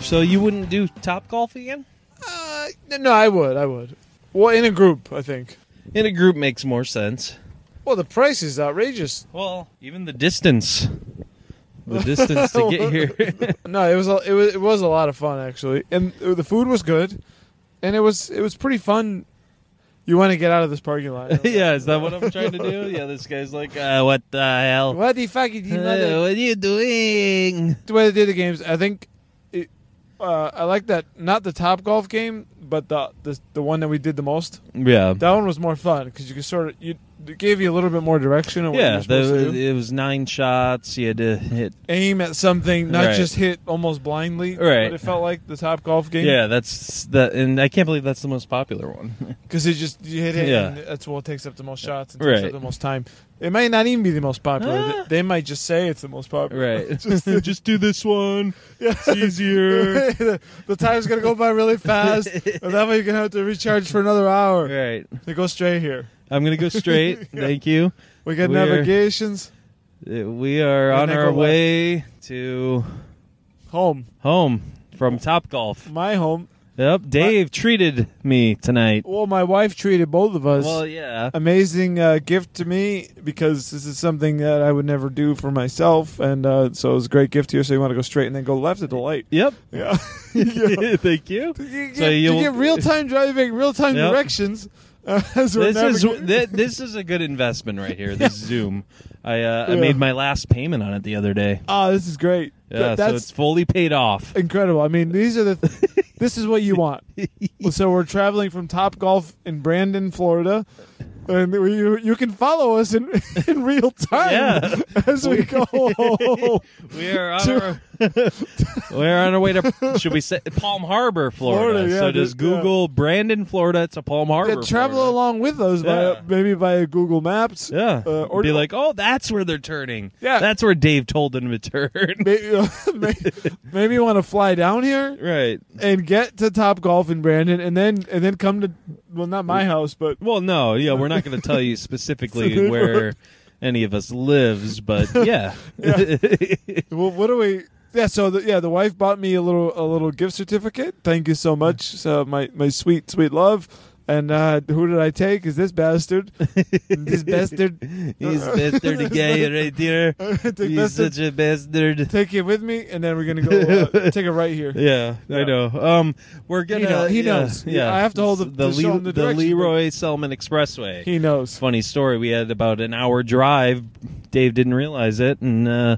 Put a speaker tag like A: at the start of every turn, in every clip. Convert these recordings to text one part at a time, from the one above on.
A: So you wouldn't do top golf again?
B: Uh, no, I would. I would. Well, in a group, I think.
A: In a group makes more sense.
B: Well, the price is outrageous.
A: Well, even the distance. The distance to get here.
B: No, it was a, it was it was a lot of fun actually, and the food was good, and it was it was pretty fun. You want to get out of this parking lot?
A: yeah, is that what I'm trying to do? Yeah, this guy's like, uh, what the hell?
B: What the fuck did you
A: Uh,
B: mother?
A: what are you doing?
B: The way they did the games, I think. It, uh, I like that. Not the top golf game, but the, the the one that we did the most.
A: Yeah.
B: That one was more fun because you could sort of you it gave you a little bit more direction. On what
A: Yeah,
B: you're supposed
A: the-
B: to do.
A: it was nine shots. You had to hit.
B: aim at something, not
A: Right.
B: just hit almost blindly.
A: Right.
B: But it felt like the top golf game.
A: Yeah, that's that, and I can't believe that's the most popular one.
B: Because it just you hit it,
A: Yeah.
B: and that's what takes up the most shots and takes
A: Right.
B: up the most time. It might not even be the most popular.
A: Ah.
B: They might just say it's the most popular.
A: Right. just, do this one.
B: Yeah.
A: It's easier.
B: the the time's gonna go by really fast, and that way you're gonna have to recharge for another hour.
A: right.
B: They go straight here.
A: I'm gonna go straight. Thank you.
B: We got
A: We're-
B: navigations
A: Uh, We are
B: And
A: on
B: then
A: our
B: go left.
A: way to
B: home,
A: home from Top Golf.
B: my home.
A: Yep, Dave treated me tonight.
B: Well, my wife treated both of us.
A: Well, yeah.
B: amazing uh, gift to me because this is something that I would never do for myself, and uh, so it was a great gift here. So you want to go straight and then go left at the light.
A: Yep.
B: Yeah,
A: Thank you.
B: you get,
A: So you'll-
B: real time driving, real time
A: Yep.
B: directions. Uh, as we're
A: This is
B: navigating.
A: thi- this is a good investment right here. This Zoom, I uh, I
B: Yeah.
A: made my last payment on it the other day.
B: Ah, this is great.
A: Yeah,
B: Th-
A: so
B: that's
A: it's fully paid off.
B: incredible. I mean, these are the. Th- this is what you want. so we're traveling from Top Golf in Brandon, Florida. And we, you, you can follow us in, in real time
A: Yeah.
B: as we go.
A: We are on our we are on our way to should we say Palm Harbor, Florida?
B: Florida, yeah,
A: so just
B: just-
A: Google Brandon, Florida. It's a Palm
B: Yeah,
A: Harbor.
B: travel
A: Florida.
B: along with us,
A: Yeah.
B: via, maybe via Google Maps.
A: Yeah,
B: uh, or
A: be like, oh, that's where they're turning.
B: Yeah.
A: that's where Dave told them to turn.
B: maybe, maybe, maybe you want to fly down here
A: right.
B: and get to Top Golf in Brandon, and then and then come to well, not my house, but
A: Well, no, yeah, we're not going to tell you specifically where any of us lives, but yeah,
B: well, what do we? Yeah, so the, yeah, the wife bought me a little a little gift certificate. Thank you so much, so my my sweet sweet love. And uh, who did I take? Is this bastard? this bastard.
A: he's a bastard guy right there.
B: take
A: He's
B: bastard.
A: such a bastard.
B: Take it with me, and then we're gonna go uh, take it right here.
A: Yeah, I
B: Yeah.
A: know. Um, we're gonna.
B: know- he
A: yeah,
B: knows.
A: Yeah,
B: I have to hold up
A: the
B: to show him the directions, but-
A: Leroy Selman Expressway.
B: He knows.
A: funny story. We had about an hour drive. Dave didn't realize it, and uh,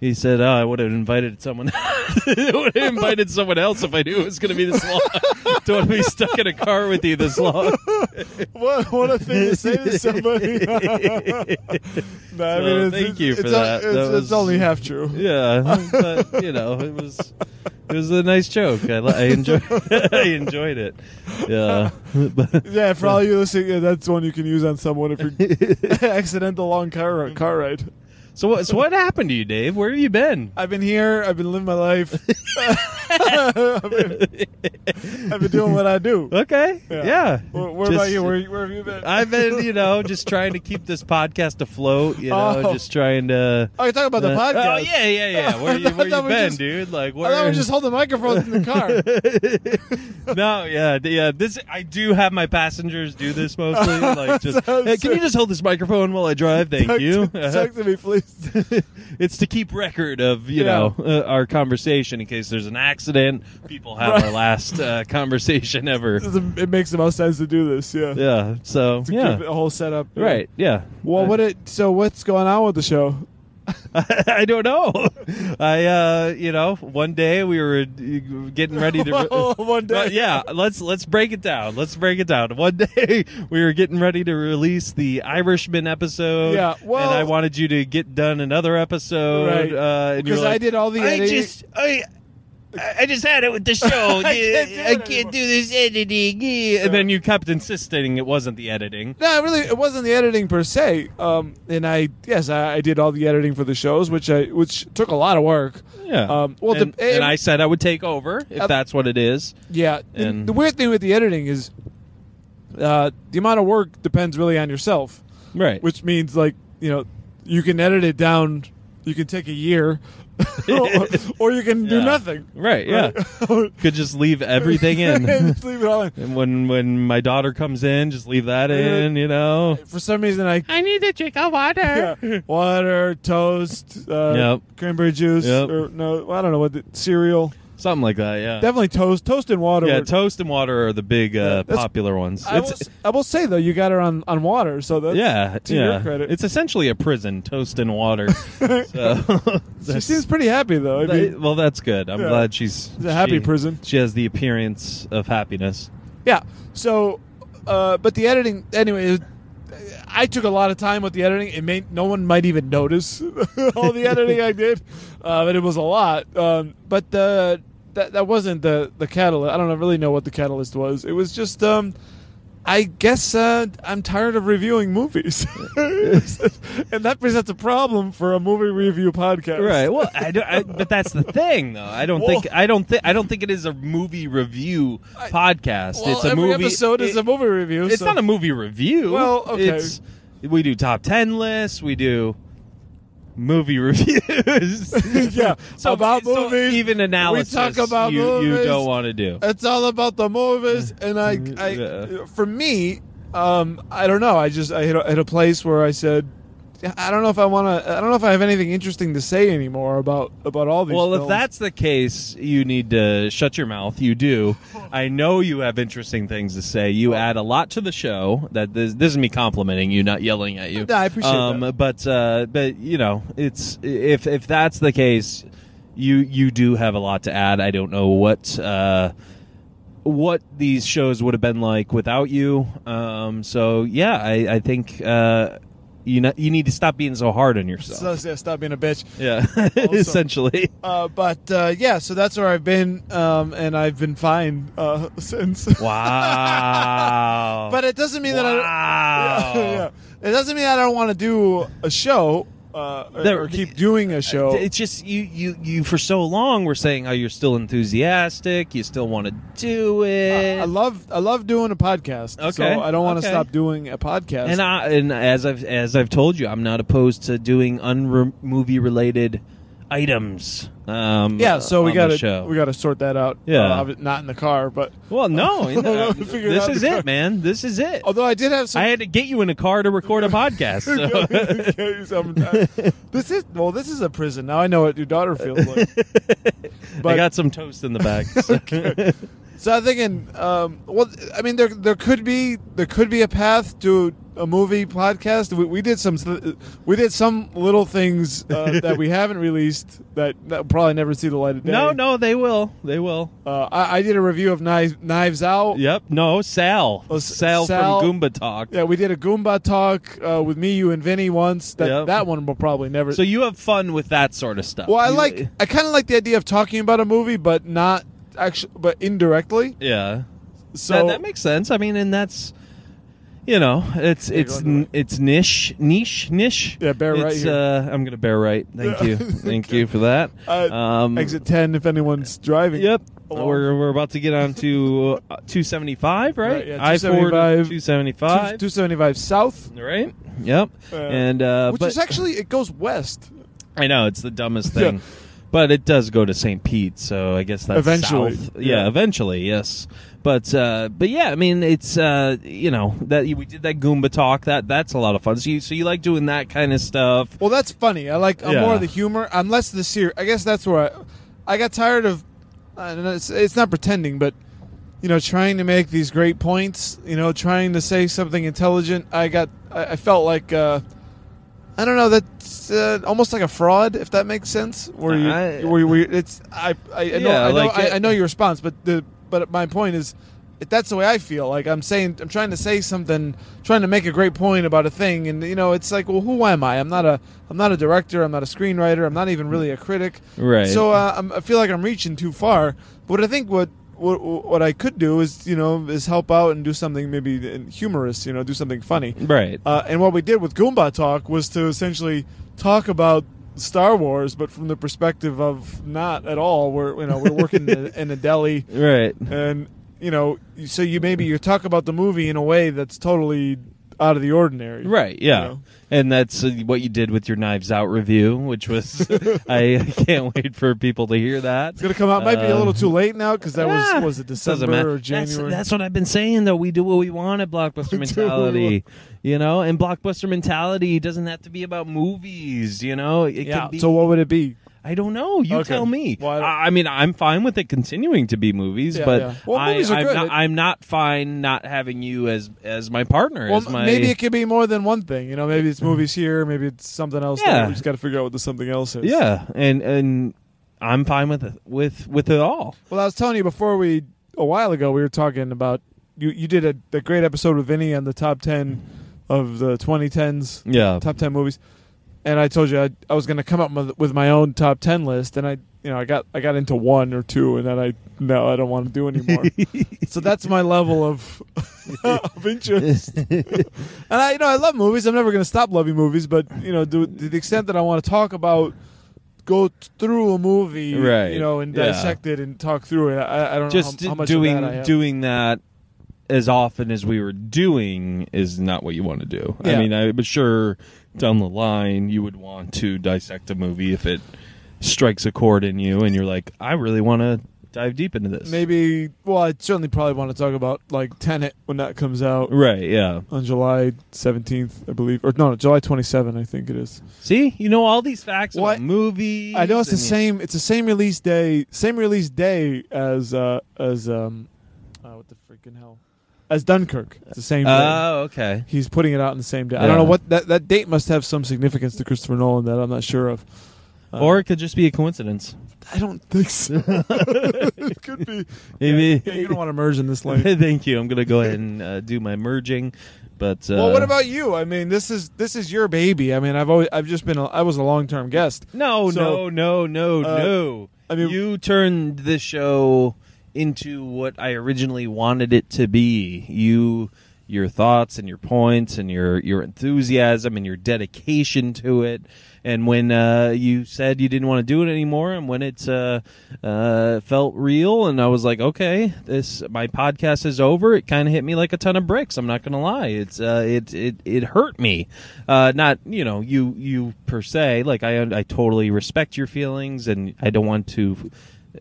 A: he said, oh, "I would have invited someone. I would have invited someone else if I knew it was going to be this long. Don't want to be stuck in a car with you this long."
B: What what a thing to say to somebody! no, I
A: So,
B: mean, it's,
A: thank
B: it's-
A: you for
B: it's,
A: that.
B: It's,
A: That
B: it's
A: was-
B: only half true.
A: Yeah, but you know, it was it was a nice joke. I, li- I enjoyed I enjoyed it. Yeah, But-
B: Yeah, for all you listening, yeah, that's one you can use on someone if you're accidental long car car ride.
A: so what so what happened to you, Dave? Where have you been?
B: I've been here. I've been living my life. I've, been, I've been doing what I do.
A: Okay, yeah.
B: Yeah. Where, where
A: Just-
B: about you? Where, where have you been?
A: I've been, you know, just trying to keep this podcast afloat. You know,
B: Oh.
A: just trying to.
B: oh, you're talking about the
A: Uh,
B: podcast.
A: Oh yeah, yeah, yeah. Where you,
B: I
A: where you
B: thought we
A: been,
B: just-
A: dude? Like
B: I thought
A: where?
B: we just hold the microphones in the car.
A: no, yeah, th- yeah. This I do have my passengers do this mostly. Like just,
B: I'm
A: "Hey, can you
B: sorry.
A: just hold this microphone while I drive? Thank
B: Talk
A: you.
B: to- talk to me, please.
A: it's to keep record of you
B: Yeah.
A: know uh, our conversation in case there's an accident. People have our last uh, conversation ever.
B: This is- It makes the most sense to do this. Yeah.
A: Yeah. So
B: To keep
A: yeah.
B: it- a whole setup.
A: Right. Yeah.
B: Well,
A: Uh,
B: what it so what's going on with the show?
A: I don't know. I, uh, you know, one day we were uh, getting ready to.
B: Oh, one day.
A: Uh, yeah, let's let's break it down. Let's break it down. One day we were getting ready to release the Irishman episode.
B: Yeah, well-
A: and I wanted you to get done another episode.
B: Right.
A: Uh, and you were
B: Because I
A: like,
B: did all the
A: I
B: editing."
A: just I. I just had it with the show.
B: I can't do
A: Yeah, I
B: it
A: can't
B: anymore.
A: do this editing. Yeah. And then you kept insisting it wasn't the editing.
B: No, really, it wasn't the editing per se. Um, and I, yes, I, I did all the editing for the shows, which I, which took a lot of work.
A: Yeah.
B: Um, well,
A: and,
B: the,
A: and I said I would take over if
B: Uh,
A: that's what it is.
B: yeah. and
A: and-
B: the weird thing with the editing is, uh, the amount of work depends really on yourself,
A: Right.
B: which means like you know, you can edit it down. You can take a year, or, or you can do
A: Yeah.
B: nothing.
A: right. Yeah. Could just leave everything in.
B: Just leave it all in.
A: and when when my daughter comes in, just leave that in. You know.
B: For some reason, I
A: I need to drink a water.
B: yeah. water, toast, uh,
A: Yep.
B: cranberry juice,
A: Yep.
B: or no, I don't know what the, cereal.
A: Something like that. Yeah.
B: Definitely toast, toast and water.
A: yeah.
B: were-
A: Toast and water are the big uh,
B: that's-
A: popular ones.
B: I, will,
A: It's-
B: s- I will say though, you got her on on water, so that's
A: yeah.
B: to
A: yeah.
B: your credit.
A: It's essentially a prison. Toast and water. so,
B: she seems pretty happy though. I mean,
A: well, that's good. I'm
B: Yeah.
A: glad she's
B: It's a happy
A: she-
B: prison.
A: She has the appearance of happiness.
B: yeah. So, uh, but the editing anyway. It, I took a lot of time with the editing. It may no one might even notice all the editing I did, uh, but it was a lot. Um, but the that that wasn't the the catalyst. I don't really know what the catalyst was. It was just. Um, I guess uh, I'm tired of reviewing movies, and that presents a problem for a movie review podcast.
A: Right. Well, I don't, I, but that's the thing, though. I don't
B: Well-
A: think I don't think I don't think it is a movie review podcast.
B: Well,
A: it's a
B: every
A: movie.
B: episode is
A: it-
B: a movie review.
A: It's
B: so-
A: not a movie review.
B: Well, okay.
A: It's, we do top ten lists. We do movie reviews.
B: yeah.
A: So
B: about
A: so
B: movies,
A: even analysis.
B: We talk about
A: you,
B: movies.
A: You don't want to do.
B: It's all about the movies, and I, I
A: Yeah.
B: for me, um, I don't know. I just I hit a, hit a place where I said, I don't know if I want to. I don't know if I have anything interesting to say anymore about about all these.
A: Well, if
B: films.
A: that's the case, you need to shut your mouth. You do. I know you have interesting things to say. You add a lot to the show. That this, this is me complimenting you, not yelling at you.
B: No, I appreciate
A: um,
B: that.
A: But uh, but you know, it's if if that's the case, you you do have a lot to add. I don't know what. Uh, what these shows would have been like without you. Um, so yeah, I, I think uh, you know, you need to stop being so hard on yourself.
B: So, yeah, stop being a bitch.
A: yeah, essentially.
B: Uh, but uh, yeah, so that's where I've been, um, and I've been fine uh, since.
A: Wow.
B: But it doesn't mean that I.
A: wow.
B: Don't, yeah. It doesn't mean I don't want to do a show uh, or-
A: There-
B: or keep doing a show.
A: It's just you, you, you. For so long, we're saying, "Oh, you're still enthusiastic. You still want to do it."
B: I love I love doing a podcast. So
A: Okay,
B: I don't want to
A: okay.
B: stop doing a podcast.
A: and I, and as I've as I've told you, I'm not opposed to doing unre- movie related items. Um,
B: yeah, so we
A: on the
B: got to
A: show.
B: we got to sort that out.
A: Yeah.
B: Uh, not in the car, but
A: well, no, in- uh,
B: Figure it
A: this
B: out Oh,
A: is
B: before-
A: it, man. This is it.
B: although I did have some.
A: I had to get you in a car to record a podcast. so-
B: some- this is well, this is a prison. Now I know what your daughter feels like.
A: I
B: But-
A: got some toast in the back.
B: So I'm thinking, um, well, I mean, there there could be there could be a path to a movie podcast. We, we did some we did some little things uh, that we haven't released that that probably never see the light of day.
A: No, no, they will. They will.
B: Uh, I, I did a review of Knives, Knives Out.
A: Yep. No, Sal.
B: Oh, S-
A: Sal,
B: Sal.
A: from Goomba Talk.
B: Yeah, we did a Goomba talk uh, with me, you, and Vinny once. That
A: Yep.
B: that one will probably never.
A: So you have fun with that sort of stuff.
B: well, I
A: You-
B: like I kind of like the idea of talking about a movie, but not actually, but indirectly.
A: Yeah. So
B: So
A: that, that makes sense. I mean, and that's you know, it's
B: you
A: it's
B: go into
A: n- it's niche niche niche.
B: Yeah, bear right
A: It's,
B: here.
A: Uh, I'm gonna bear right. Thank you. Thank you for that. Um,
B: Uh, exit ten if anyone's driving.
A: Yep.
B: Along.
A: We're, we're about to get on to uh, 275, right?
B: Right, yeah,
A: I-4
B: 275.
A: 275.
B: two seventy five south,
A: right? Yep.
B: Uh,
A: and uh,
B: which
A: but
B: is actually it goes west.
A: I know it's the dumbest
B: Yeah.
A: thing, but it does go to St. Pete, so I guess that's
B: Eventually.
A: south. Yeah,
B: Yeah.
A: eventually, yes. But uh, but yeah, I mean it's uh, you know that we did that Goomba talk that that's a lot of fun. So you so you like doing that kind of stuff?
B: Well, that's funny. I like I'm
A: Yeah.
B: more of the humor. I'm less the ser I guess that's where I, I got tired of. I don't know, it's, it's not pretending, but you know, trying to make these great points. You know, trying to say something intelligent. I got. I, I felt like. Uh, I don't know. That's uh, almost like a fraud, if that makes sense. Where you,
A: I-
B: where you, where you- it's I, I, I know,
A: Yeah,
B: I, know
A: like,
B: I,
A: uh,
B: I know your response, but the, but my point is, if that's the way I feel. Like I'm saying, I'm trying to say something, trying to make a great point about a thing, and you know, it's like, well, who am I? I'm not a, I'm not a director. I'm not a screenwriter. I'm not even really a critic.
A: Right.
B: So uh, I'm, I feel like I'm reaching too far. But I think what. What, what I could do is, you know, is help out and do something maybe humorous, you know, do something funny.
A: Right.
B: Uh, and what we did with Goomba Talk was to essentially talk about Star Wars, but from the perspective of not at all. We're you know we're working in, a, in a deli,
A: right.
B: and you know you- so you maybe you talk about the movie in a way that's totally out of the ordinary.
A: Right, yeah.
B: You know?
A: And that's uh, what you did with your Knives Out review, which was I can't wait for people to hear that.
B: It's gonna come out. Might be a
A: Uh,
B: little too late now because that
A: Ah,
B: was was it
A: doesn't
B: December
A: matter.
B: or January?
A: That's, that's what I've been saying though. We do what we want at blockbuster mentality, you know. And blockbuster mentality doesn't have to be about movies, you know. It
B: yeah.
A: can be,
B: So what would it be?
A: I don't know. You
B: Okay.
A: tell me.
B: Well, I don't-
A: I, I mean, I'm fine with it continuing to be movies,
B: Yeah,
A: but
B: yeah. Well,
A: I,
B: movies are
A: am
B: good.
A: Not, I'm not fine not having you as as my partner.
B: Well,
A: as my
B: maybe it could be more than one thing. You know, maybe it's movies here, maybe it's something else. there.
A: Yeah.
B: we just got to figure out what the something else is.
A: yeah, and and I'm fine with it, with with it all.
B: Well, I was telling you before we a while ago we were talking about you. You did a, a great episode with Vinny on the top ten of the 2010s,
A: Yeah,
B: top ten movies, and I told you I, I was going to come up with, with my own top ten list, and I you know I got I got into one or two, and then I no I don't want to do anymore. so that's my level of of interest. and I you know I love movies. I'm never going to stop loving movies, but you know to, to the extent that I want to talk about. Go t- through a movie,
A: Right.
B: you know, and
A: Yeah.
B: dissect it and talk through it. I, I don't
A: just
B: know how, how much
A: doing
B: of that I have.
A: doing that as often as we were doing is not what you want to do. I
B: Yeah.
A: mean, I'm sure down the line you would want to dissect a movie if it strikes a chord in you, and you're like, I really want to dive deep into this.
B: maybe. Well, I certainly probably want to talk about like Tenet when that comes out
A: Right, yeah.
B: on July 17th, I believe, or no, July 27th, I think it is.
A: See, you know all these facts
B: What?
A: about movies.
B: I know it's the
A: and you-
B: same. It's the same release day. Same release day as uh as um, uh, what the freaking hell, Ah. as Dunkirk. It's the same. day.
A: Oh, okay.
B: He's putting it out on the same day. I
A: Yeah.
B: don't know what that that date must have some significance to Christopher Nolan that I'm not sure of. Uh,
A: or it could just be a coincidence.
B: I don't think so. it could be.
A: Maybe.
B: Yeah, you don't want to merge in this lane.
A: Thank you. I'm gonna go ahead and uh, do my merging. But uh,
B: well, what about you? I mean, this is this is your baby. I mean, I've always I've just been a, I was a long term guest.
A: No,
B: So-
A: no, no, no,
B: Uh,
A: no.
B: I mean-
A: you turned this show into what I originally wanted it to be. You, your thoughts and your points and your your enthusiasm and your dedication to it. And when uh, you said you didn't want to do it anymore, and when it uh, uh, felt real, and I was like, okay, this my podcast is over. It kind of hit me like a ton of bricks. I'm not gonna lie. It's uh, it it it hurt me. Uh, not you know you you per se. Like I I totally respect your feelings, and I don't want to.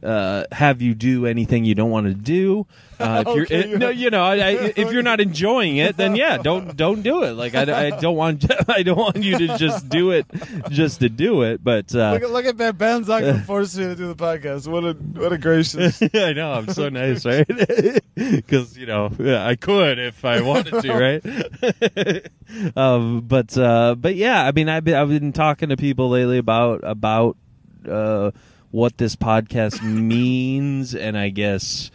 A: Uh, have you do anything you don't want to do? Uh, if
B: Okay,
A: you're,
B: you-
A: no, you know, I, I, if you're not enjoying it, then yeah, don't don't do it. Like I, I don't want I don't want you to just do it just to do it. But uh,
B: Look, at- look at that. Ben's not going to force me to do the podcast. What a what a gracious.
A: I know I'm so nice, right? Because you know yeah, I could if I wanted to, right? um, but uh, but yeah, I mean I've been I've been talking to people lately about about uh, what this podcast means, and I guess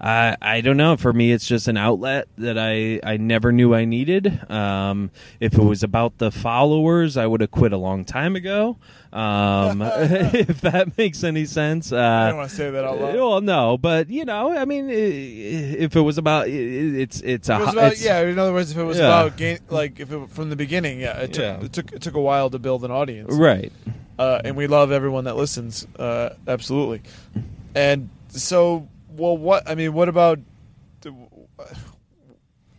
A: I I don't know. For me, it's just an outlet that I I never knew I needed. Um, if it was about the followers, I would have quit a long time ago. Um, if that makes any sense. Uh,
B: I don't want to say that out loud.
A: uh, Well, no, but you know, I mean, i- i- if it was about, i- i- it's it's a
B: If it was
A: ho-
B: about,
A: Uh, it's-
B: yeah, in other words, if it was
A: Yeah.
B: about gain, like if it from the beginning, yeah, it took,
A: Yeah.
B: It, took it took a while to build an audience,
A: right,
B: uh, and we love everyone that listens, uh, absolutely. And so, well, what I mean, what about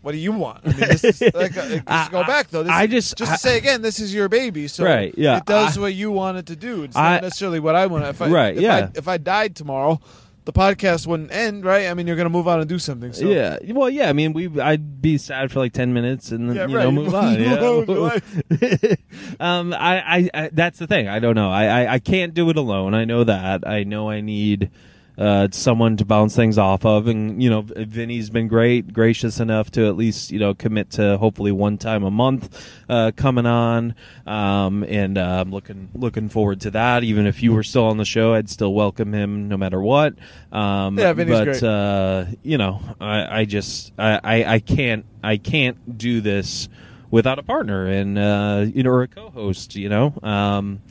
B: what do you want? I mean, this is, like, uh,
A: I-
B: just go back though. This
A: I
B: is-
A: just-
B: just
A: I-
B: to say again, this is your baby, so
A: Right, yeah.
B: it does
A: I-
B: what you want it to do. It's
A: I-
B: not necessarily what I want. If I,
A: Right,
B: if
A: yeah.
B: I, if I died tomorrow, the podcast wouldn't end, right? I mean, you're going to move on and do something. So.
A: yeah. Well, yeah. I mean, we I'd be sad for like ten minutes and then
B: Yeah,
A: you know
B: right.
A: move on.
B: You
A: yeah.
B: own your life.
A: um, I, I, I that's the thing. I don't know. I, I, I can't do it alone. I know that. I know I need uh, someone to bounce things off of. And you know, Vinny's been great, gracious enough to at least you know commit to hopefully one time a month uh, coming on. Um, and uh, I'm looking looking forward to that. Even if you were still on the show, I'd still welcome him no matter what. Um,
B: Yeah, Vinny's
A: but
B: great.
A: uh, you know, I, I just I, I, I can't I can't do this without a partner and uh, you know or a co-host. You know. Um,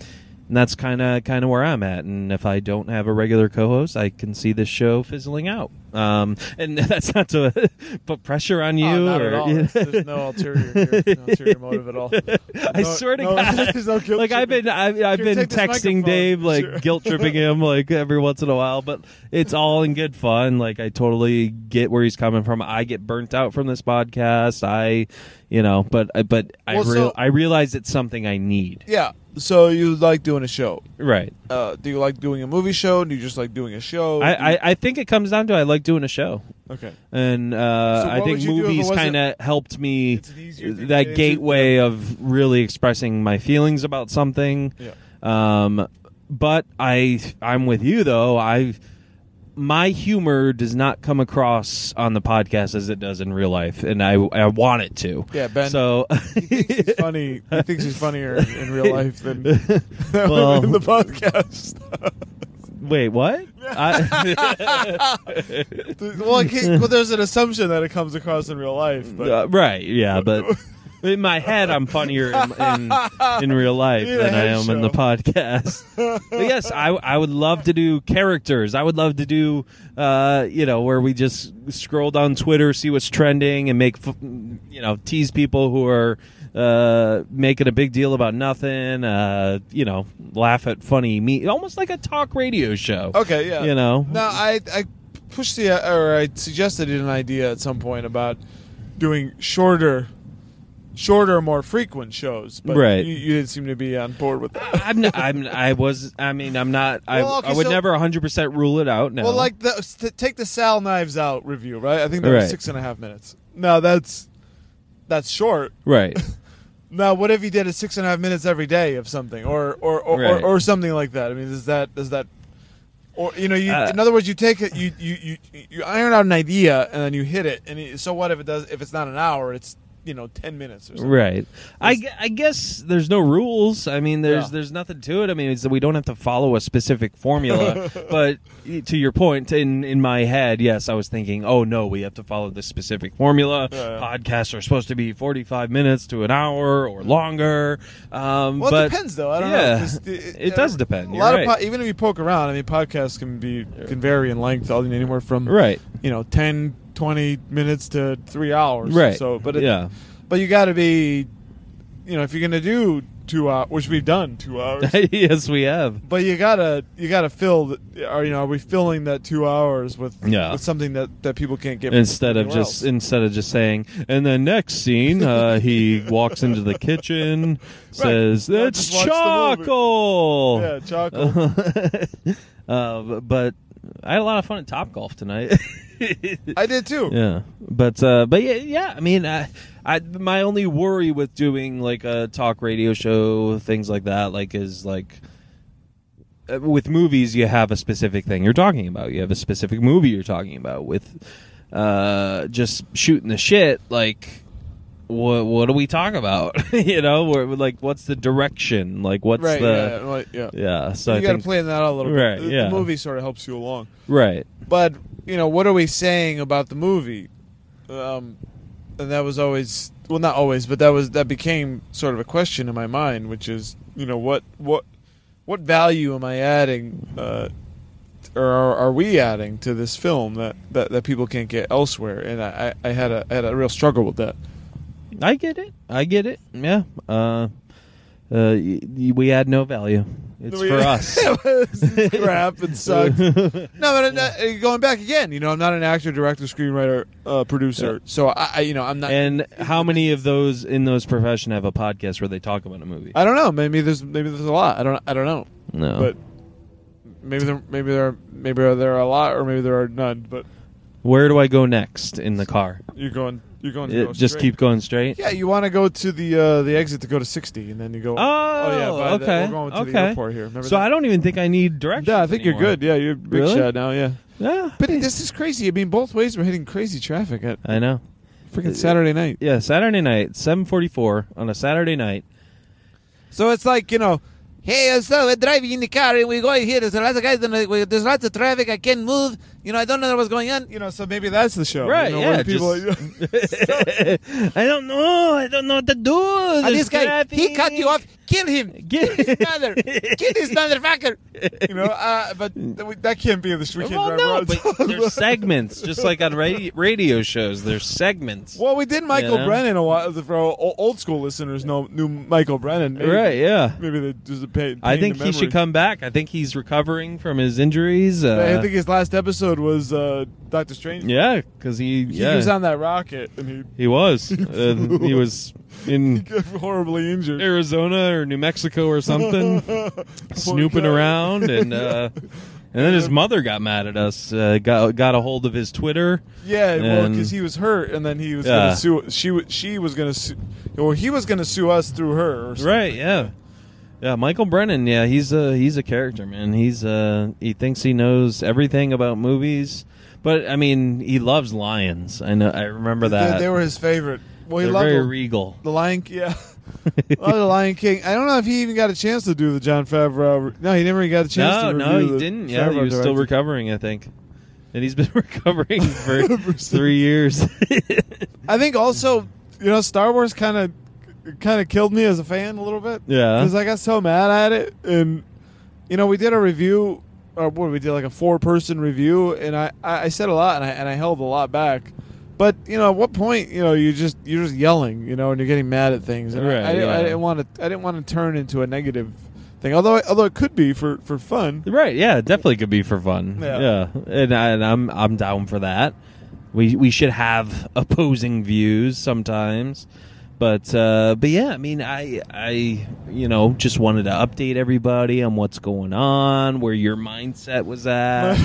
A: and that's kind of kind of where I'm at. And if I don't have a regular co-host, I can see this show fizzling out. Um, and that's not to put pressure on you.
B: Oh, not
A: or,
B: at all. There's, there's no ulterior, here, no ulterior motive at all.
A: I
B: No-
A: swear to
B: no-
A: God.
B: there's no guilt
A: like I've
B: tripping.
A: been, I've, I've
B: Here,
A: been
B: take this microphone.
A: texting Dave, like
B: Sure.
A: guilt tripping him, like every once in a while. But it's all in good fun. Like I totally get where he's coming from. I get burnt out from this podcast. I, you know, but I- but I
B: Well,
A: real
B: so-
A: I realize it's something I need.
B: Yeah. So you like doing a show?
A: Right.
B: Uh, do you like doing a movie show? Do you just like doing a show?
A: I,
B: Do you-
A: I I think it comes down to I like doing a show.
B: okay.
A: and uh,
B: So
A: I
B: what
A: think
B: would you do if it
A: movies
B: wasn't-
A: kind of helped me
B: It's an easier thing to
A: that
B: get
A: gateway of really expressing my feelings about something.
B: Yeah.
A: Um, but I I'm with you though. I my humor does not come across on the podcast as it does in real life, and I I want it to.
B: Yeah, Ben.
A: So
B: He's funny. He thinks he's funnier in real life than, than
A: Well-
B: in the podcast.
A: wait, what? I,
B: well, I can't- well, there's an assumption that it comes across in real life, but
A: Uh, right? Yeah, but. In my head, I'm funnier in, in, in real life
B: Yeah,
A: than I
B: head
A: am in the
B: show.
A: podcast. But yes, I I would love to do characters. I would love to do uh, you know where we just scroll down Twitter, see what's trending, and make f- you know tease people who are uh, making a big deal about nothing. Uh, you know, laugh at funny me, almost like a talk radio show.
B: okay, yeah.
A: you know.
B: No, I I pushed the uh, or I suggested an idea at some point about doing shorter, shorter, more frequent shows, but
A: Right.
B: you, you didn't seem to be on board with that.
A: I'm not, I'm I was I mean I'm not I,
B: Well, okay,
A: I would
B: so-
A: never 100 percent rule it out. No,
B: Well, like the s- t- take the Sal Knives Out review, right? I think that was
A: Right.
B: six and a half minutes. No, that's that's short.
A: right.
B: Now, what if you did a six and a half minutes every day of something, or or or,
A: Right.
B: or, or something like that? I mean, is that is that, or you know, you
A: Uh,
B: in other words, you take it, you you you you iron out an idea, and then you hit it, and you, so what if it does? If it's not an hour, it's you know ten minutes or something.
A: Right. I, gue- I guess there's no rules. I mean, there's
B: Yeah.
A: there's nothing to it. I mean, it's that we don't have to follow a specific formula. but to your point, in in my head, yes, I was thinking, oh no, we have to follow this specific formula.
B: Yeah.
A: Podcasts are supposed to be 45 minutes to an hour or longer. Um,
B: Well,
A: but
B: it depends, though. I don't know.
A: yeah,
B: 'cause uh,
A: It, does depend.
B: A
A: You're
B: lot
A: right.
B: of po- even if you poke around, I mean, podcasts can be can vary in length, all- anywhere from
A: Right.
B: you know 10, 20 minutes to three hours.
A: Right.
B: So, but it,
A: yeah.
B: But you got to be, you know, if you're gonna do two hours, which we've done two hours.
A: yes, we have.
B: but you gotta you gotta fill. The, are you know? Are we filling that two hours with
A: Yeah.
B: with something that that people can't get
A: instead of
B: anywhere
A: just
B: else?
A: instead of just saying and the next scene uh, he walks into the kitchen says
B: Yeah,
A: it's
B: just watch the movie."
A: charcoal
B: yeah, chocolate.
A: uh, but i had a lot of fun at top golf tonight
B: I did too.
A: yeah but uh, but yeah, yeah i mean I, I my only worry with doing like a talk radio show things like that like is like uh, with movies you have a specific thing you're talking about you have a specific movie you're talking about with uh just shooting the shit like what what do we talk about you know We're, like what's the direction like what's
B: Right. yeah,
A: the
B: right, yeah.
A: uh, yeah, so
B: you
A: i
B: got to
A: think
B: plan that out a little
A: Right,
B: bit. The-
A: yeah.
B: The movie sort of helps you along.
A: right
B: But you know, what are we saying about the movie? Um, and that was always well, not always, but that was that became sort of a question in my mind, which is you know what what what value am I adding, uh, or are, are we adding to this film that, that, that people can't get elsewhere? And I, I I had a I had a real struggle with that.
A: I get it. I get it. Yeah. Uh, uh, y- y- we add no value. It's for us.
B: It's crap and sucks. No, but I'm not- uh, going back again, you know, I'm not an actor, director, screenwriter, uh, producer, so I, I, you know, I'm not.
A: and how many of those in those profession have a podcast where they talk about a movie?
B: I don't know. Maybe there's maybe there's a lot. I don't I don't know.
A: no.
B: But maybe there maybe there are, maybe there are a lot or maybe there are none. But
A: Where do I go next in the car?
B: You're going. You're going. To
A: It-
B: go
A: just
B: straight.
A: keep going straight.
B: Yeah, you want to go to the uh, the exit to go to sixty, and then you go.
A: Oh,
B: yeah. by the-
A: okay.
B: we're going to
A: okay.
B: the airport here. Remember
A: so
B: that?
A: I don't even think I need directions.
B: Yeah, I think you're
A: anymore.
B: good. Yeah, you're a big
A: Really?
B: shot now. Yeah.
A: Yeah.
B: But this is crazy. I mean, both ways we're hitting crazy traffic at
A: I know. Uh,
B: freaking Saturday night.
A: Yeah, Saturday night, seven forty-four on a Saturday night.
B: So it's like you know, hey, so we're driving in the car and we go here. There's a lot of guys. And uh, we- there's lots of traffic. I can't move. You know, I don't know what's going on. You know, so maybe that's the show.
A: Right,
B: You know,
A: yeah,
B: when people-
A: just- I don't know. I don't know what to do.
B: Ah,
A: There's
B: this guy,
A: traffic.
B: he cut you off. Kill him.
A: Get-
B: Kill this mother. Kill this motherfucker. You know, uh, but th- we- that can't be in the street. We can't
A: Well,
B: drive
A: no,
B: around.
A: but there's segments, just like on radio, radio shows. There's segments.
B: Well, we did Michael
A: Yeah.
B: Brennan a while for our o- old school listeners. Know knew Michael Brennan, maybe,
A: Right? Yeah.
B: Maybe they just a pain,
A: I
B: pain
A: think
B: to
A: he should
B: memory.
A: come back. I think he's recovering from his injuries. Uh,
B: I think his last episode was uh, Doctor Strange.
A: yeah, because he
B: He
A: yeah
B: was on that rocket and
A: he was Uh, he was in
B: he horribly injured.
A: Arizona or New Mexico or something. snooping
B: guy.
A: around and uh and then his mother got mad at us uh, got got a hold of his twitter
B: Yeah, well,
A: And-
B: because he was hurt, and then he was
A: Yeah.
B: gonna sue. She wa- she was gonna sue, or he was gonna sue us through her. Or something.
A: right yeah yeah michael brennan yeah he's a he's a character man he's uh he thinks he knows everything about movies but i mean he loves lions i know i remember that
B: They, they were his favorite. Well, he
A: They're
B: loved
A: very
B: them.
A: regal
B: the Lion. Yeah, oh, the Lion King. I don't know if he even got a chance to do the John Favreau. No, he never got a chance.
A: no
B: to
A: no
B: review
A: he
B: the
A: didn't yeah he
B: Favreau
A: was still
B: directed.
A: recovering i think and he's been recovering for three years
B: I think also, you know, Star Wars kind of kind of killed me as a fan a little bit.
A: Yeah.
B: because I got so mad at it, and you know, we did a review, or what we did like a four person review, and I I I said a lot, and I and I held a lot back. But you know, at what point you know you just you're just yelling, you know, and you're getting mad at things. And I-
A: Right,
B: I, didn't,
A: yeah.
B: I didn't want to. I didn't want to turn into a negative thing. Although I- although it could be for for fun.
A: Right, yeah, it definitely could be for fun. Yeah,
B: Yeah.
A: And, I, and I'm I'm down for that. We we should have opposing views sometimes, but uh, but yeah, I mean, I I you know just wanted to update everybody on what's going on, where your mindset was at,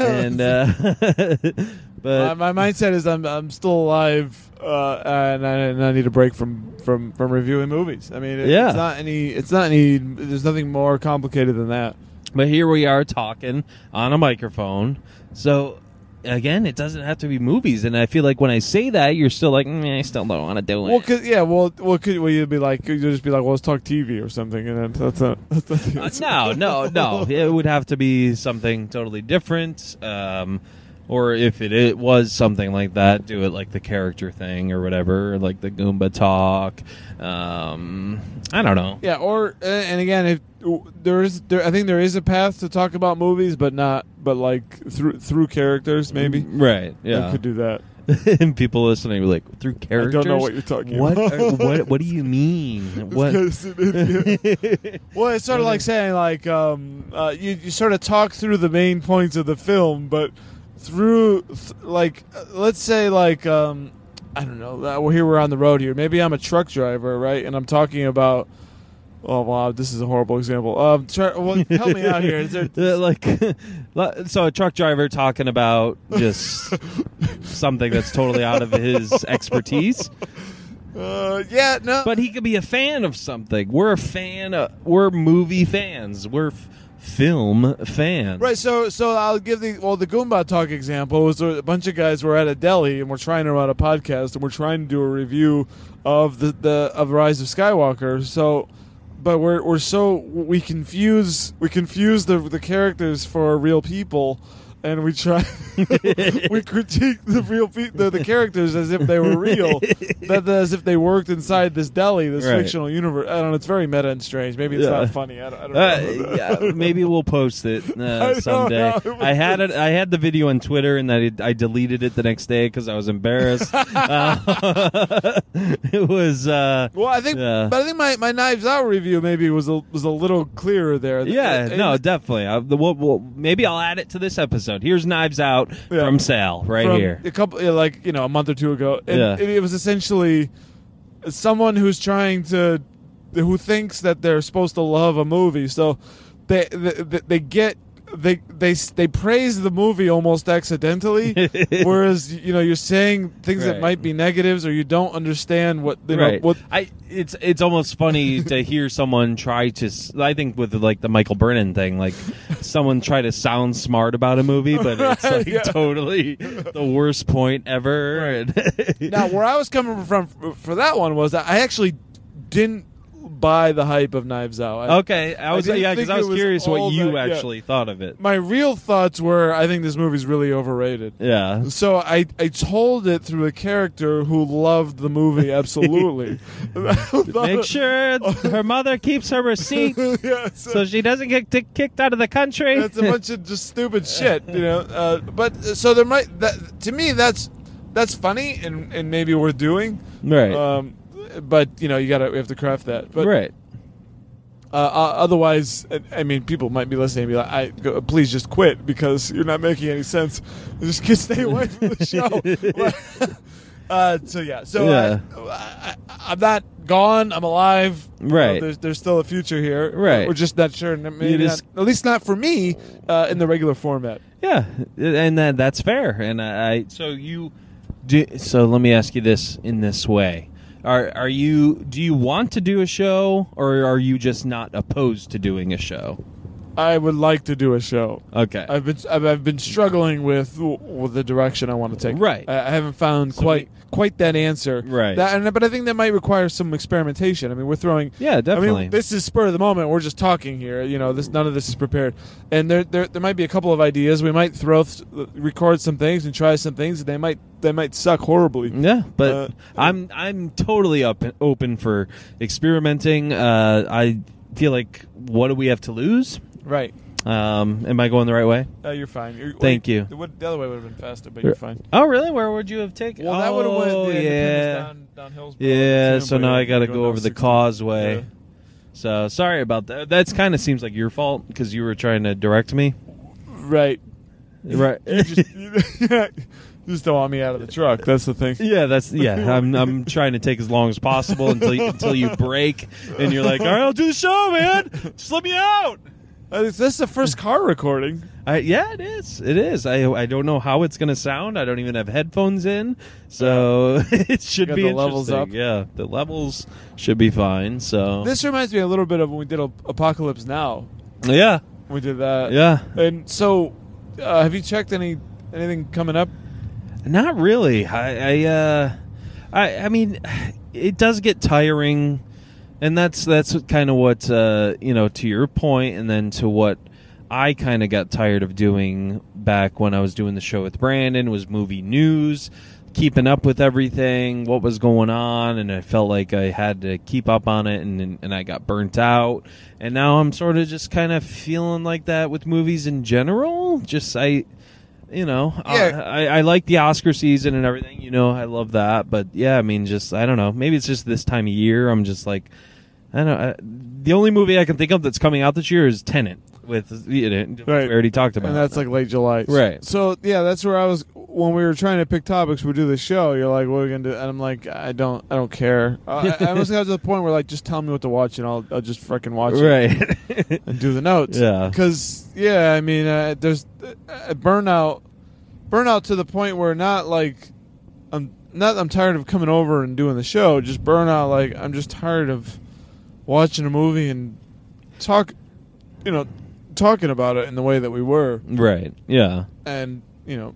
A: and uh, but
B: my, my mindset is I'm I'm still alive, uh, and, I, and I need a break from from from reviewing movies. I mean, it,
A: Yeah.
B: it's not any, it's not any. There's nothing more complicated than that.
A: but here we are talking on a microphone, so. Again, it doesn't have to be movies, and I feel like when I say that, you're still like, mm, I still don't want to do it.
B: Well, cause, yeah, well, well, could well, you'd be like, you'd just be like, well, let's talk TV or something, and then that's not. That's not the
A: Uh,
B: answer.
A: no, no, no. It would have to be something totally different. Um, or if it, it was something like that, do it like the character thing or whatever, like the Goomba talk. Um, I don't know.
B: Yeah, or uh, and again, if there is, there, I think there is a path to talk about movies, but not, but like through through characters, maybe.
A: Right.
B: I
A: Mm, Yeah.
B: could do that.
A: and people listening were like through
B: I
A: characters.
B: don't know what you're talking
A: What?
B: about.
A: are- what? What do you mean? What?
B: well, it's sort of like saying like um, uh, you you sort of talk through the main points of the film, but through th- like uh, let's say like um, I don't know. Uh, well, here we're on the road here. Maybe I'm a truck driver, right? And I'm talking about. Oh wow, this is a horrible example. Um, try, well, help me out here. Is there,
A: Uh, like, li- so a truck driver talking about just something that's totally out of his expertise.
B: uh, yeah, no.
A: but he could be a fan of something. We're a fan. Of, we're movie fans. We're f- film fans.
B: Right, so so I'll give the well the Goomba talk example was a bunch of guys were at a deli and we're trying to run a podcast and we're trying to do a review of the, the of Rise of Skywalker. So, but we're we're so we confuse we confuse the the characters for real people, and we try we critique the real pe- the, the characters as if they were real, that as if they worked inside this deli, this
A: Right.
B: fictional universe. I don't know. It's very meta and strange. Maybe it's
A: Yeah.
B: not funny. I don't, I don't
A: Uh,
B: know.
A: yeah, maybe we'll post it uh,
B: don't
A: someday.
B: know.
A: I had it. I had the video on Twitter, and I, I deleted it the next day because I was embarrassed. Uh, it was. Uh,
B: Well, I think,
A: Yeah.
B: but I think my, my Knives Out review maybe was a was a little clearer there.
A: yeah,
B: It-
A: no,
B: it-
A: definitely. I, the, we'll, we'll- maybe I'll add it to this episode. Here's Knives Out
B: Yeah.
A: from Sal right
B: from
A: here.
B: a couple yeah, like you know a month or two ago, and
A: Yeah.
B: it, it was essentially someone who's trying to who thinks that they're supposed to love a movie, so they they, they get they they they praise the movie almost accidentally, whereas you know you're saying things
A: Right.
B: that might be negatives or you don't understand what you know
A: right.
B: what
A: I it's it's almost funny to hear someone try to. s- I think with like the Michael Brennan thing, like someone try to sound smart about a movie, but it's like
B: Yeah.
A: totally the worst point ever. And
B: now where I was coming from f- for that one was that I actually didn't buy the hype of Knives Out. I-
A: okay, I was
B: didn't
A: yeah, because
B: think
A: I was
B: it was
A: curious
B: all
A: what you
B: that- yeah.
A: actually thought of it.
B: My real thoughts were I think this movie's really overrated.
A: Yeah,
B: So I I told it through a character who loved the movie absolutely.
A: make sure her mother keeps her receipt
B: Yeah, so-
A: so she doesn't get t- kicked out of the country.
B: That's a bunch of just stupid shit, you know. Uh, but uh, so there might that to me that's that's funny and, and maybe worth doing.
A: right,
B: Um, but you know you gotta we have to craft that. But
A: right.
B: uh, uh, otherwise, I, I mean, people might be listening and be like, "I go, please just quit because you're not making any sense. Just get- stay away from the show." uh, so yeah, so
A: Yeah.
B: I, I, I'm not gone. I'm alive. You know,
A: Right.
B: there's there's still a future here.
A: Right.
B: We're just not sure. and Maybe
A: You just-
B: not- at least not for me uh, in the regular format.
A: Yeah, and that, that's fair. And I, I so you do. So let me ask you this in this way: Are are you do you want to do a show, or are you just not opposed to doing a show?
B: I would like to do a show.
A: Okay,
B: I've been I've, I've been struggling with, with the direction I want to take. it.
A: Right.
B: I, I haven't found quite quite that answer.
A: Right.
B: That, and, but I think that might require some experimentation. I mean, we're throwing.
A: Yeah,
B: I
A: definitely.
B: mean, this is spur of the moment. We're just talking here. You know, this none of this is prepared. And there there, there might be a couple of ideas. We might throw th- record some things and try some things. And they might they might suck horribly.
A: Yeah, but
B: Uh,
A: I'm I'm totally up open for experimenting. Uh, I feel like what do we have to lose?
B: Right.
A: Um, am I going the right way?
B: Uh, you're fine. You're,
A: Thank you.
B: What, the other way would have been faster, but you're fine.
A: Oh, really? Where would you have taken?
B: Well, that would have went
A: Oh,
B: the
A: yeah.
B: Independence down, down Hillsborough.
A: Yeah,
B: Tampa,
A: so now I got to
B: you're
A: go
B: down
A: over the
B: 16.
A: causeway.
B: Yeah.
A: So sorry about that. That's kind of seems like your fault because you were trying to direct me.
B: Right.
A: Right.
B: You just, you just don't want me out of the truck. That's the thing.
A: yeah, that's yeah. I'm I'm trying to take as long as possible until you, until you break and you're like, "All right, I'll do the show, man. Just let me out."
B: Uh, Is this the first car recording?
A: I, yeah, it is. It is. I I don't know how it's gonna sound. I don't even have headphones in, so it should
B: got
A: be
B: the levels
A: interesting.
B: up.
A: Yeah, the levels should be fine. So
B: This reminds me a little bit of when we did a- Apocalypse Now.
A: yeah,
B: We did that.
A: yeah.
B: And so, uh, have you checked any anything coming up?
A: Not really. I I uh, I, I mean, it does get tiring, and that's that's kind of what uh, you know to your point, and then to what I kind of got tired of doing back when I was doing the show with Brandon was movie news, keeping up with everything, what was going on, and I felt like I had to keep up on it, and and, and I got burnt out, and now I'm sort of just kind of feeling like that with movies in general. Just I you know, uh,
B: Yeah.
A: I, I, I like the Oscar season and everything. You know, I love that. But yeah, I mean, just I don't know. Maybe it's just this time of year. I'm just like, I don't. know. I, the only movie I can think of that's coming out this year is Tenant. With you know,
B: Right.
A: we already talked about.
B: And that's like late July.
A: Right.
B: So yeah, that's where I was when we were trying to pick topics. We do the show. You're like, "What are we gonna do?" And I'm like, "I don't, I don't care." Uh, I, I almost got to the point where like, just tell me what to watch, and I'll, I'll just freaking watch it.
A: right.
B: and do the notes.
A: Yeah.
B: Because yeah, I mean, uh, there's uh, burnout, burnout to the point where not like I'm not I'm tired of coming over and doing the show. Just burnout like I'm just tired of watching a movie and talk, you know, talking about it in the way that we were
A: right. Yeah.
B: and you know,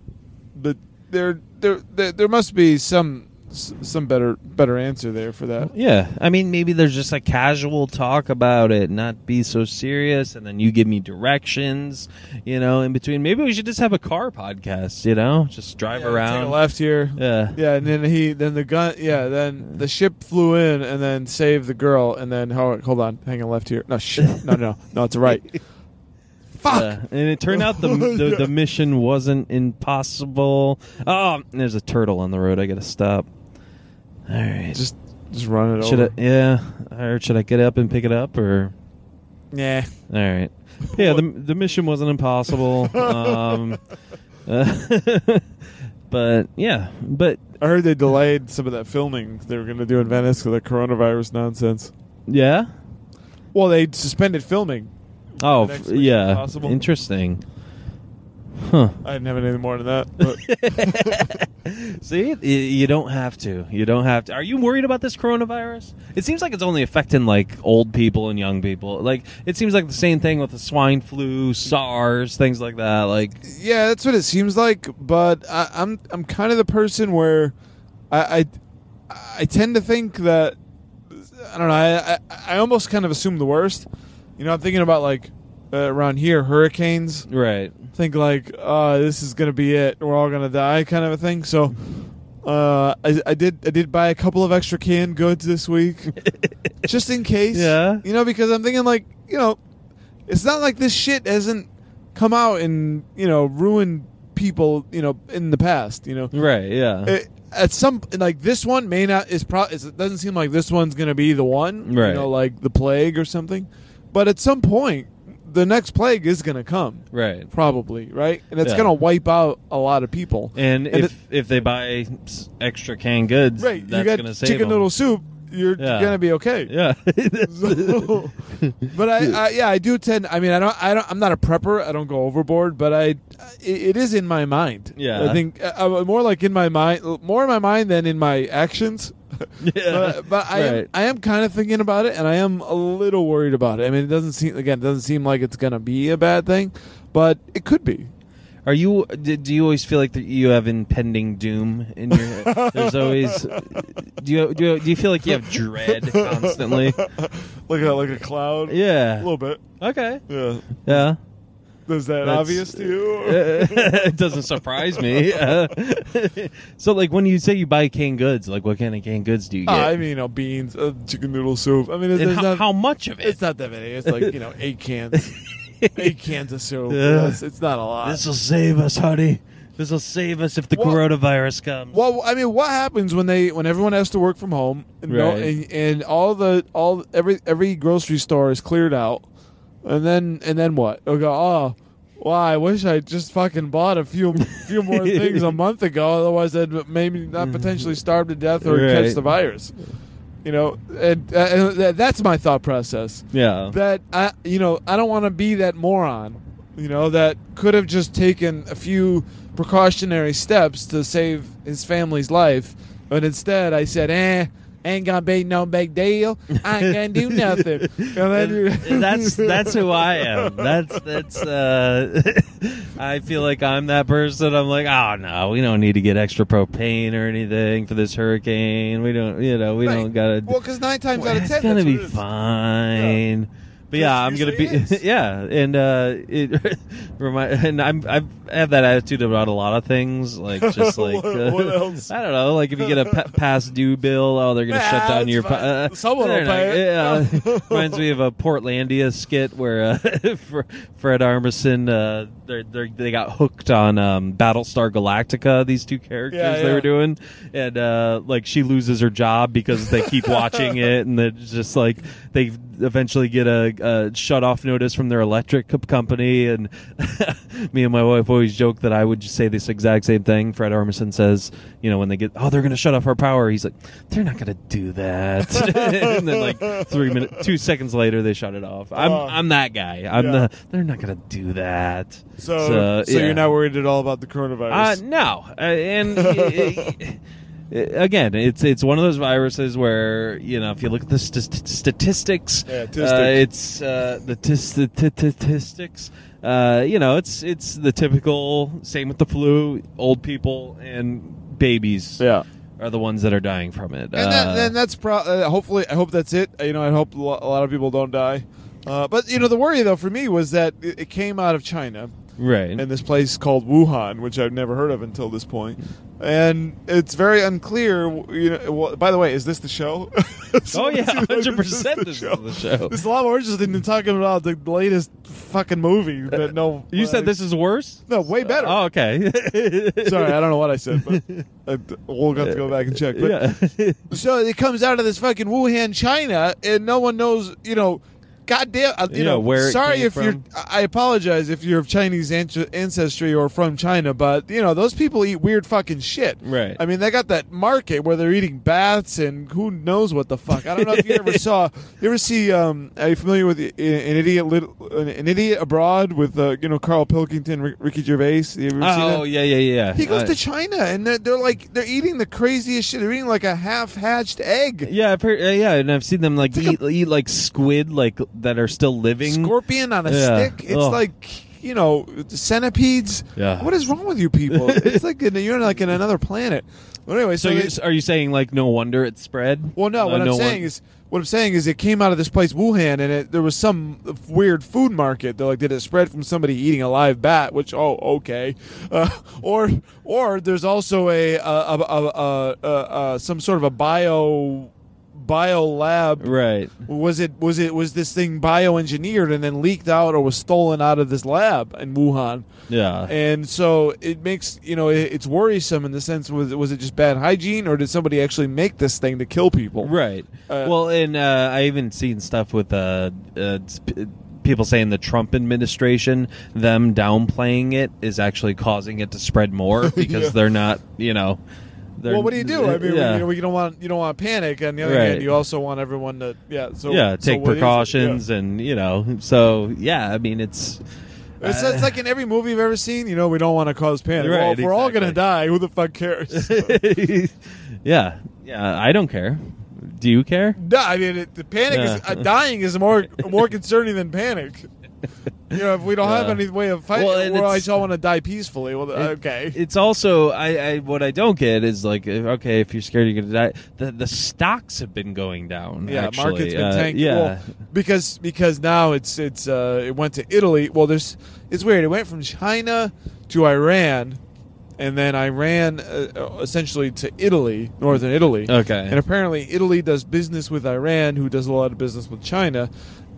B: but there there there, there must be some s- some better better answer there for that.
A: Yeah. I mean, maybe there's just a casual talk about it, not be so serious, and then you give me directions. You know, in between. Maybe we should just have a car podcast. You know, just drive
B: Take
A: around.
B: a left here.
A: yeah.
B: Yeah, and then he, then the gun, yeah, then the ship flew in and then saved the girl, and then hold, hold on, hang on left here. No, shit, no, no, no, it's right. Fuck.
A: Yeah, and it turned out the, the the mission wasn't impossible. Oh, there's a turtle on the road. I gotta stop. All right.
B: Just, just run it
A: should I?
B: over.
A: Yeah. Or should I get up and pick it up? Or
B: Yeah.
A: all right. Yeah. the The mission wasn't impossible. um, uh, but yeah. But
B: I heard they delayed some of that filming they were going to do in Venice because of the coronavirus nonsense.
A: yeah.
B: Well, they suspended filming
A: Oh,
B: The
A: f-
B: next Mission
A: yeah.
B: Impossible.
A: Interesting. Huh.
B: I didn't have anything more than that. But
A: See, Y- you don't have to. You don't have to. Are you worried about this coronavirus? It seems like it's only affecting like old people and young people. Like it seems like the same thing with the swine flu, SARS, things like that. Like
B: yeah, that's what it seems like. But I, I'm I'm kind of the person where I I, I tend to think that I don't know. I, I I almost kind of assume the worst. You know, I'm thinking about like uh, around here hurricanes.
A: right.
B: Think like, uh, this is gonna be it. We're all gonna die, kind of a thing. So. Uh, I, I did. I did buy a couple of extra canned goods this week, just in case.
A: Yeah.
B: You know, because I'm thinking like, you know, it's not like this shit hasn't come out and you know ruined people you know in the past you know
A: Right. Yeah.
B: It- at some like this one may not is pro it's- it doesn't seem like this one's gonna be the one
A: Right.
B: you know like the plague or something but at some point the next plague is gonna come
A: right.
B: probably right and it's
A: Yeah.
B: gonna wipe out a lot of people
A: And,
B: And
A: if if they buy s- extra canned goods,
B: right you
A: that's
B: got
A: gonna save
B: chicken
A: them.
B: noodle soup you're
A: Yeah.
B: gonna be okay
A: Yeah.
B: So- but I, I yeah I do tend I mean I don't I don't I'm not a prepper I don't go overboard but I it, it is in my mind
A: Yeah.
B: I think I, I'm more like in my mind more in my mind than in my actions
A: yeah.
B: but, but I am,
A: Right.
B: I am kind of thinking about it and I am a little worried about it I mean it doesn't seem again it doesn't seem like it's gonna be a bad thing but it could be
A: Are you? d- Do you always feel like that you have impending doom in your? head? There's always. Do you, do you do you feel like you have dread constantly?
B: like a like a cloud
A: Yeah.
B: bit
A: Okay.
B: yeah
A: Yeah.
B: is that
A: That's- uh, it doesn't surprise me. Uh, so, like, when you say you buy canned goods, like, what kind of canned goods do you get?
B: I mean you know beans uh, chicken noodle soup I mean
A: uh, and
B: it, there's
A: how,
B: not-
A: how much of it?
B: It's not that many. It's like you know eight cans, eight cans of syrup.
A: Yeah.
B: It's, it's not a lot.
A: This will save us, honey. This will save us if the
B: Well-
A: coronavirus comes.
B: well, I mean, what happens when they when everyone has to work from home and, no-
A: Right.
B: and, and all the all every every grocery store is cleared out, and then and then what? They'll go, oh, well, I wish I just fucking bought a few few more things a month ago. Otherwise, I'd maybe not potentially starve to death or
A: Mm-hmm. Right.
B: catch the virus. You know, and, uh, and that- that's my thought process.
A: yeah.
B: that I, you know, I don't want to be that moron, you know, that could have just taken a few precautionary steps to save his family's life, but instead I said, "Eh, ain't gonna be no big deal. I ain't gonna do nothing." And then you-
A: And that's that's who I am. That's that's. Uh, I feel like I'm that person. I'm like, oh no, we don't need to get extra propane or anything for this hurricane. We don't, you know, we
B: Right.
A: don't gotta.
B: well, because nine times out of
A: it's
B: ten,
A: gonna
B: that's
A: be
B: what it is.
A: fine. But yeah, I'm gonna be
B: Usually it is.
A: yeah, and uh, it remind and I'm I've, I have that attitude about a lot of things, like just like
B: What-
A: uh,
B: what else?
A: I don't know, like if you get a pa- past due bill, oh they're gonna
B: Nah,
A: shut down
B: it's
A: your
B: fine.
A: uh,
B: Someone will
A: they're not-
B: pay it.
A: Yeah, reminds me of a Portlandia skit where uh, Fr- Fred Armisen uh, they're, they're, they got hooked on um, Battlestar Galactica. These two characters
B: Yeah,
A: they
B: yeah.
A: were doing doing, and uh, like she loses her job because they keep watching it, and it's just like they eventually get a, a shut off notice from their electric co- company. And me and my wife always joke that I would just say this exact same thing. Fred Armisen says, you know, when they get, oh, they're going to shut off our power. He's like, they're not going to do that. and then like three minutes, two seconds later, they shut it off. I'm
B: Oh.
A: I'm that guy. I'm
B: Yeah.
A: the. They're not going to do that.
B: So, so,
A: yeah.
B: you're not worried at all about the coronavirus.
A: Uh, no, uh, and uh, again, it's it's one of those viruses where you know if you look at the st- statistics,
B: Yeah,
A: uh,
B: statistics.
A: it's uh, the tis- sti- ti- ti- statistics. Uh, you know, it's it's the typical same with the flu. Old people and babies
B: yeah.
A: are the ones that are dying from it.
B: And
A: Uh,
B: that, then that's pro- uh, hopefully I hope that's it. You know, I hope lo- a lot of people don't die. Uh, but you know, the worry though for me was that it, it came out of China
A: right.
B: in this place called Wuhan, which I've never heard of until this point, and it's very unclear. You know, well, by the way, is this the show?
A: oh yeah,
B: Someone
A: hundred
B: seems like
A: percent. This is the show.
B: It's a lot more interesting than talking about the latest fucking movie that no. uh,
A: You said this is worse.
B: no way better.
A: Oh, okay.
B: Sorry, I don't know what I said, but uh, we'll have to go back and check. But
A: yeah.
B: so it comes out of this fucking Wuhan, China, and no one knows, you know, goddamn, uh, you
A: Yeah,
B: know,
A: where it
B: sorry
A: came
B: if you're.
A: from.
B: I I apologize if you're of Chinese anc- ancestry or from China, but you know those people eat weird fucking shit.
A: Right.
B: I mean, they got that market where they're eating bats and who knows what the fuck. I don't know if you ever saw. You ever see? Um, are you familiar with the- an idiot? Lit- an, an idiot abroad with uh, you know Carl Pilkington, Rick- Ricky Gervais. You ever see that?
A: Oh yeah, yeah, yeah.
B: He goes
A: Uh,
B: to China and they're, they're like they're eating the craziest shit. They're eating like a half hatched egg,
A: yeah, I've heard. Uh, yeah, and I've seen them like eat, eat like squid, like that are still living.
B: scorpion on a
A: Yeah.
B: stick. It's
A: Ugh.
B: like you know centipedes.
A: Yeah.
B: What is wrong with you people? it's like in- you're like in another planet. Well, anyway,
A: so
B: so,
A: you
B: they-
A: are you saying like no wonder it spread?
B: well, no.
A: Uh,
B: What I'm
A: no
B: saying
A: won-
B: is what I'm saying is it came out of this place Wuhan, and it, there was some weird food market. They're like, did it spread from somebody eating a live bat? Which oh okay, uh, or or there's also a a, a, a, a, a, a some sort of a bio bio lab
A: right.
B: was it was it was this thing bioengineered and then leaked out or was stolen out of this lab in Wuhan?
A: Yeah.
B: And so it makes you know it, it's worrisome in the sense was was it just bad hygiene or did somebody actually make this thing to kill people?
A: Right.
B: Uh,
A: well, and uh, I even seen stuff with uh, uh, sp- people saying the Trump administration, them downplaying it is actually causing it to spread more because they're not, you know. They're,
B: Well, what do you do? I mean,
A: yeah.
B: you, know, you don't want you don't want to panic. On the other
A: Right.
B: hand, you also want everyone to yeah. So
A: yeah, take
B: so what is it? Yeah.
A: precautions and you know. So yeah, I mean, it's
B: It's,
A: uh,
B: it's like in every movie you've ever seen. You know, we don't want to cause panic.
A: Right,
B: well, if we're all
A: exactly.
B: gonna die, who the fuck cares?
A: yeah, yeah. I don't care. Do you care?
B: No, I mean it, the panic is
A: Yeah.
B: uh, dying is more more concerning than panic. You know, if we don't have
A: Yeah.
B: any way of fighting,
A: Well, and
B: well, I
A: it's-
B: just all want to die peacefully. Well, okay,
A: It's also I, I what I don't get is like if- okay if you're scared you're gonna die. The the stocks have been going down.
B: yeah,
A: actually.
B: market's been
A: Uh,
B: tanking.
A: Yeah,
B: Well, because because now it's it's uh, it went to Italy. Well, there's it's weird. It went from China to Iran, and then Iran uh, essentially to Italy, northern Italy.
A: Okay.
B: and apparently Italy does business with Iran, who does a lot of business with China,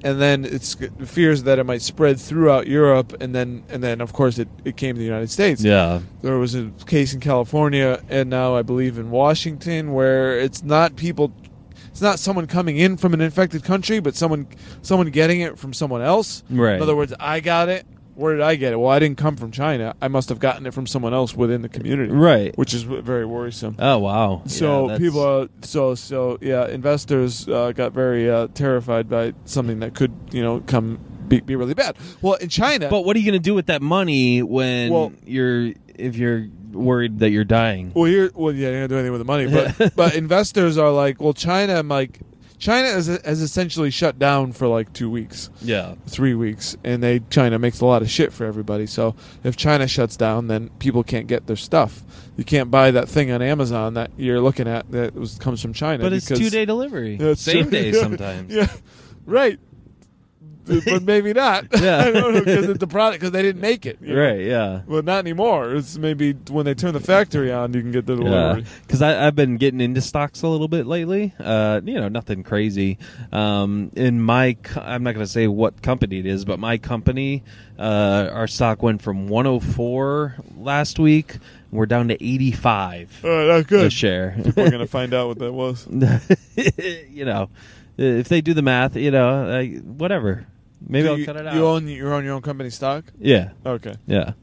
B: and then it's fears that it might spread throughout Europe, and then and then of course it, it came to the United States.
A: yeah,
B: There was a case in California, and now I believe in Washington, where it's not people, it's not someone coming in from an infected country, but someone someone getting it from someone else.
A: Right.
B: In other words, I got it. Where did I get it? Well, I didn't come from China. I must have gotten it from someone else within the community.
A: Right.
B: Which is very worrisome.
A: Oh wow. Yeah,
B: So
A: that's-
B: people uh, are so so yeah. Investors uh, got very uh, terrified by something that could you know come be, be really bad. Well, in China,
A: But what are you gonna do with that money when
B: Well-
A: you're if you're worried that you're dying?
B: well here well yeah, you don't do anything with the money. But but investors are like, well, China, like China has, has essentially shut down for like two weeks,
A: Yeah.
B: three weeks, and they China makes a lot of shit for everybody. So if China shuts down, then people can't get their stuff. You can't buy that thing on Amazon that you're looking at that was comes from China.
A: But it's
B: because-
A: two day delivery.
B: Yeah, it's
A: Same
B: true.
A: day sometimes.
B: yeah, right. but maybe not.
A: Yeah.
B: I don't know because the product because they didn't make it. you know?
A: Right. Yeah.
B: Well, not anymore. It's maybe when they turn the factory on, you can get the delivery.
A: because I've been getting into stocks a little bit lately. Uh, you know, nothing crazy. Um, in my, co- I'm not going to say what company it is, but my company, uh, our stock went from 104 last week. We're down to 85
B: All right, that's
A: a
B: Oh, good.
A: share.
B: We're gonna find out what that was.
A: you know, if they do the math, you know, I, whatever. Maybe
B: Do
A: I'll
B: you,
A: cut it out.
B: You own your own your own company stock.
A: yeah,
B: Okay,
A: yeah.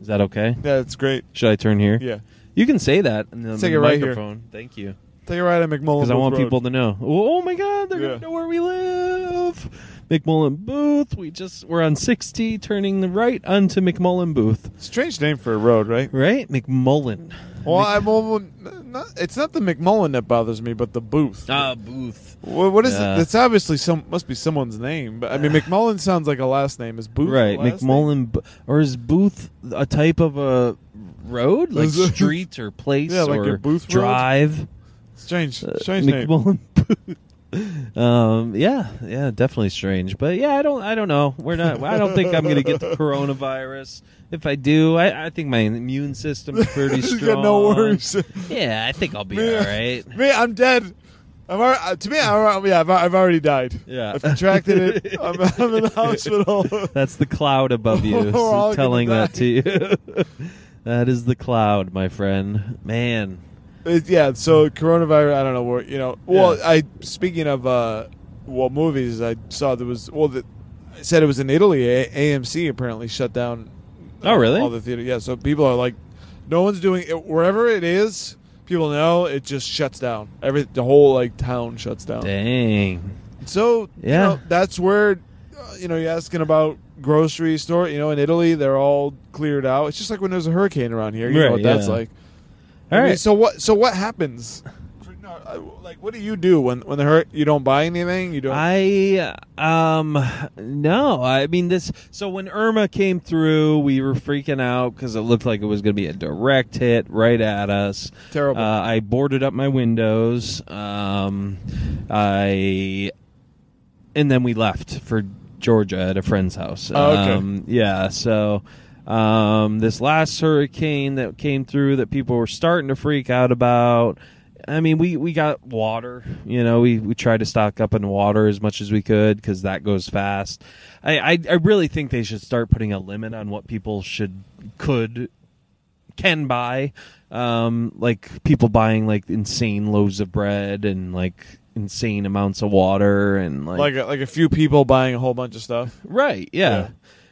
A: Is that okay?
B: that's great.
A: Should I turn here?
B: Yeah,
A: You can say that in the
B: Take it right here.
A: microphone. Thank you.
B: take a ride at McMullen.
A: because I want
B: Road.
A: people to know. Oh my God, they're
B: Yeah.
A: gonna know where we live. McMullen Booth. We just we're on sixty, turning the right onto McMullen Booth.
B: Strange name for a road, right?
A: Right, McMullen.
B: Well, I'm well, not, it's not the McMullen that bothers me, but the booth.
A: Ah, Booth.
B: Well, what is
A: Yeah.
B: it? It's obviously some must be someone's name, but I mean McMullen sounds like a last name. Is Booth
A: Right,
B: a last
A: McMullen, Bo- or is Booth a type of a road, like
B: Is it-
A: street or place
B: Yeah, like
A: or
B: your Booth road?
A: drive?
B: name? Strange,
A: Uh,
B: strange name.
A: McMullen Booth. Um. Yeah. Yeah. Definitely strange. But yeah, I don't. I don't know. We're not. I don't think I'm gonna get the coronavirus. If I do, I, I think my immune system's pretty
B: You
A: strong.
B: got no worries.
A: Yeah, I think I'll be
B: Yeah.
A: all right.
B: Me, I'm dead. I'm alre- uh, to me, I'm, alre- yeah, I've, I've already died.
A: Yeah.
B: I've contracted it. I'm, I'm in the hospital.
A: That's the cloud above
B: We're
A: you
B: all gonna
A: telling that
B: die.
A: to you. that is the cloud, my friend. Man.
B: It- yeah, so coronavirus. I don't know where you know. Well,
A: Yeah.
B: I speaking of uh, what movies I saw there was well that I said it was in Italy. A- AMC apparently shut down.
A: Oh, really?
B: All the theater. Yeah. So people are like, no one's doing it. Wherever it is, people know it just shuts down. Every the whole like town shuts down.
A: Dang.
B: So
A: Yeah.
B: yeah, that's where uh, you know you're asking about grocery store. You know, in Italy they're all cleared out. It's just like when there's a hurricane around here. You
A: Right,
B: know what that's
A: yeah.
B: like.
A: All
B: I mean,
A: right.
B: so what? So what happens? No, I- Like, what do you do when when the hurt? You don't buy anything. You don't.
A: I um no, I mean this. So when Irma came through, we were freaking out because it looked like it was going to be a direct hit right at us.
B: Terrible.
A: Uh, I boarded up my windows. Um, I and then we left for Georgia at a friend's house.
B: Oh, okay.
A: Um, yeah, so um, this last hurricane that came through that people were starting to freak out about. I mean, we, we got water. You know, we, we tried to stock up on water as much as we could because that goes fast. I, I I really think they should start putting a limit on what people should could can buy um like people buying like insane loaves of bread and like insane amounts of water and like,
B: like a, like a few people buying a whole bunch of stuff.
A: right yeah.
B: Yeah.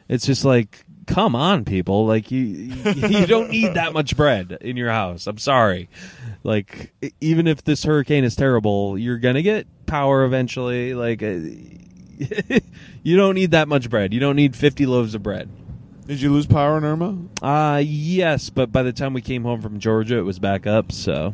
A: it's just like come on people like you you don't need that much bread in your house i'm sorry like e- even if this hurricane is terrible you're going to get power eventually like uh, you don't need that much bread you don't need 50 loaves of bread
B: Did you lose power in Irma?
A: uh yes, but by the time we came home from Georgia, it was back up. So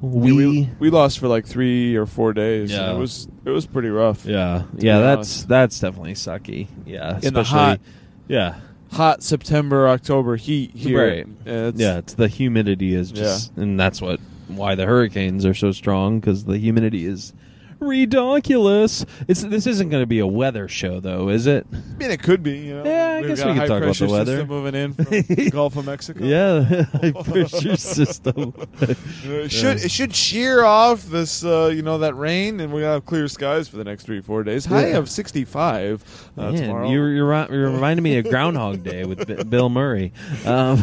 A: we,
B: Yeah, we we lost for like three or four days. and
A: Yeah.
B: it was it was pretty rough.
A: yeah, yeah, that's
B: be honest.
A: that's definitely sucky. Yeah,
B: In the
A: especially
B: hot
A: yeah,
B: Hot September October heat here.
A: Right.
B: Yeah, it's-
A: yeah. It's the humidity is just, and that's what why the hurricanes are so strong because the humidity is redonkulous. It's this isn't going to be a weather show though, is it?
B: I mean, it could be. You know,
A: Yeah, I
B: We've
A: guess
B: got
A: we
B: a
A: could
B: high
A: talk about the
B: pressure
A: weather.
B: System moving in from the Gulf of Mexico.
A: Yeah, high pressure system.
B: Uh, It should it should shear off this uh, you know that rain and we're gonna have clear skies for the next three four days. High
A: Yeah.
B: of sixty five uh,
A: Man,
B: tomorrow.
A: you you reminded me of Groundhog Day with B- Bill Murray. Um,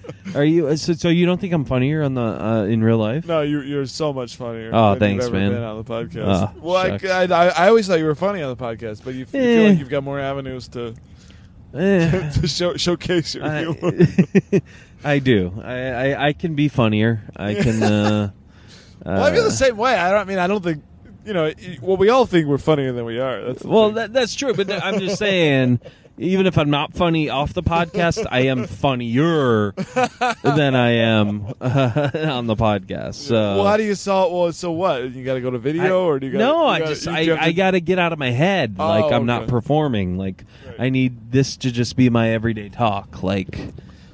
A: are you so, so? You don't think I'm funnier on the uh, in real life?
B: no, you, you're so much funnier.
A: Oh,
B: than
A: thanks,
B: you've ever
A: man.
B: Been on the
A: Oh,
B: podcast. well, I,
A: shucks.
B: I, I always thought you were funny on the podcast, but you, f- you
A: Eh.
B: feel like you've got more avenues to,
A: Eh,
B: to show, showcase your humor.
A: I, I do. I, I I can be funnier. I can. Uh,
B: well, I feel
A: uh,
B: the same way. I don't I mean I don't think you know. y- Well, we all think we're funnier than we are. That's the
A: Well,
B: thing.
A: that, that's true, but I'm just saying. Even if I'm not funny off the podcast, I am funnier than I am uh, on the podcast. So,
B: well, how do you solve? Well, so what? You got to go to video,
A: I-
B: or do you? Gotta,
A: no
B: you
A: i
B: gotta-
A: just
B: you
A: i,
B: have to-
A: I gotta get out of my head
B: Oh,
A: like i'm not
B: okay.
A: performing like i need this to just be my everyday talk like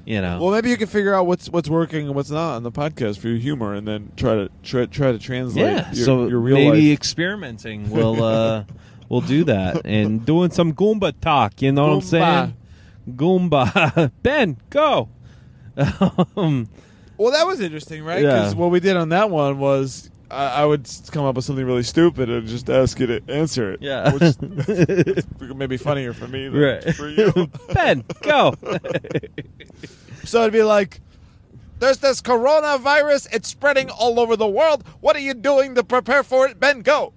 A: you know
B: Well, maybe you can figure out what's what's working and what's not on the podcast for your humor, and then try to try, try to translate.
A: yeah
B: your,
A: so
B: your real
A: maybe
B: life.
A: experimenting will uh will do that and doing some goomba talk you know what i'm saying goomba ben go um,
B: Well, that was interesting, right?
A: Yeah.
B: Because what we did on that one was I, I would s- come up with something really stupid and just ask you to answer it.
A: Yeah.
B: which may be funnier for me than
A: right
B: for you.
A: ben go
B: so it'd be like. There's this coronavirus. It's spreading all over the world. What are you doing to prepare for it? Ben, go.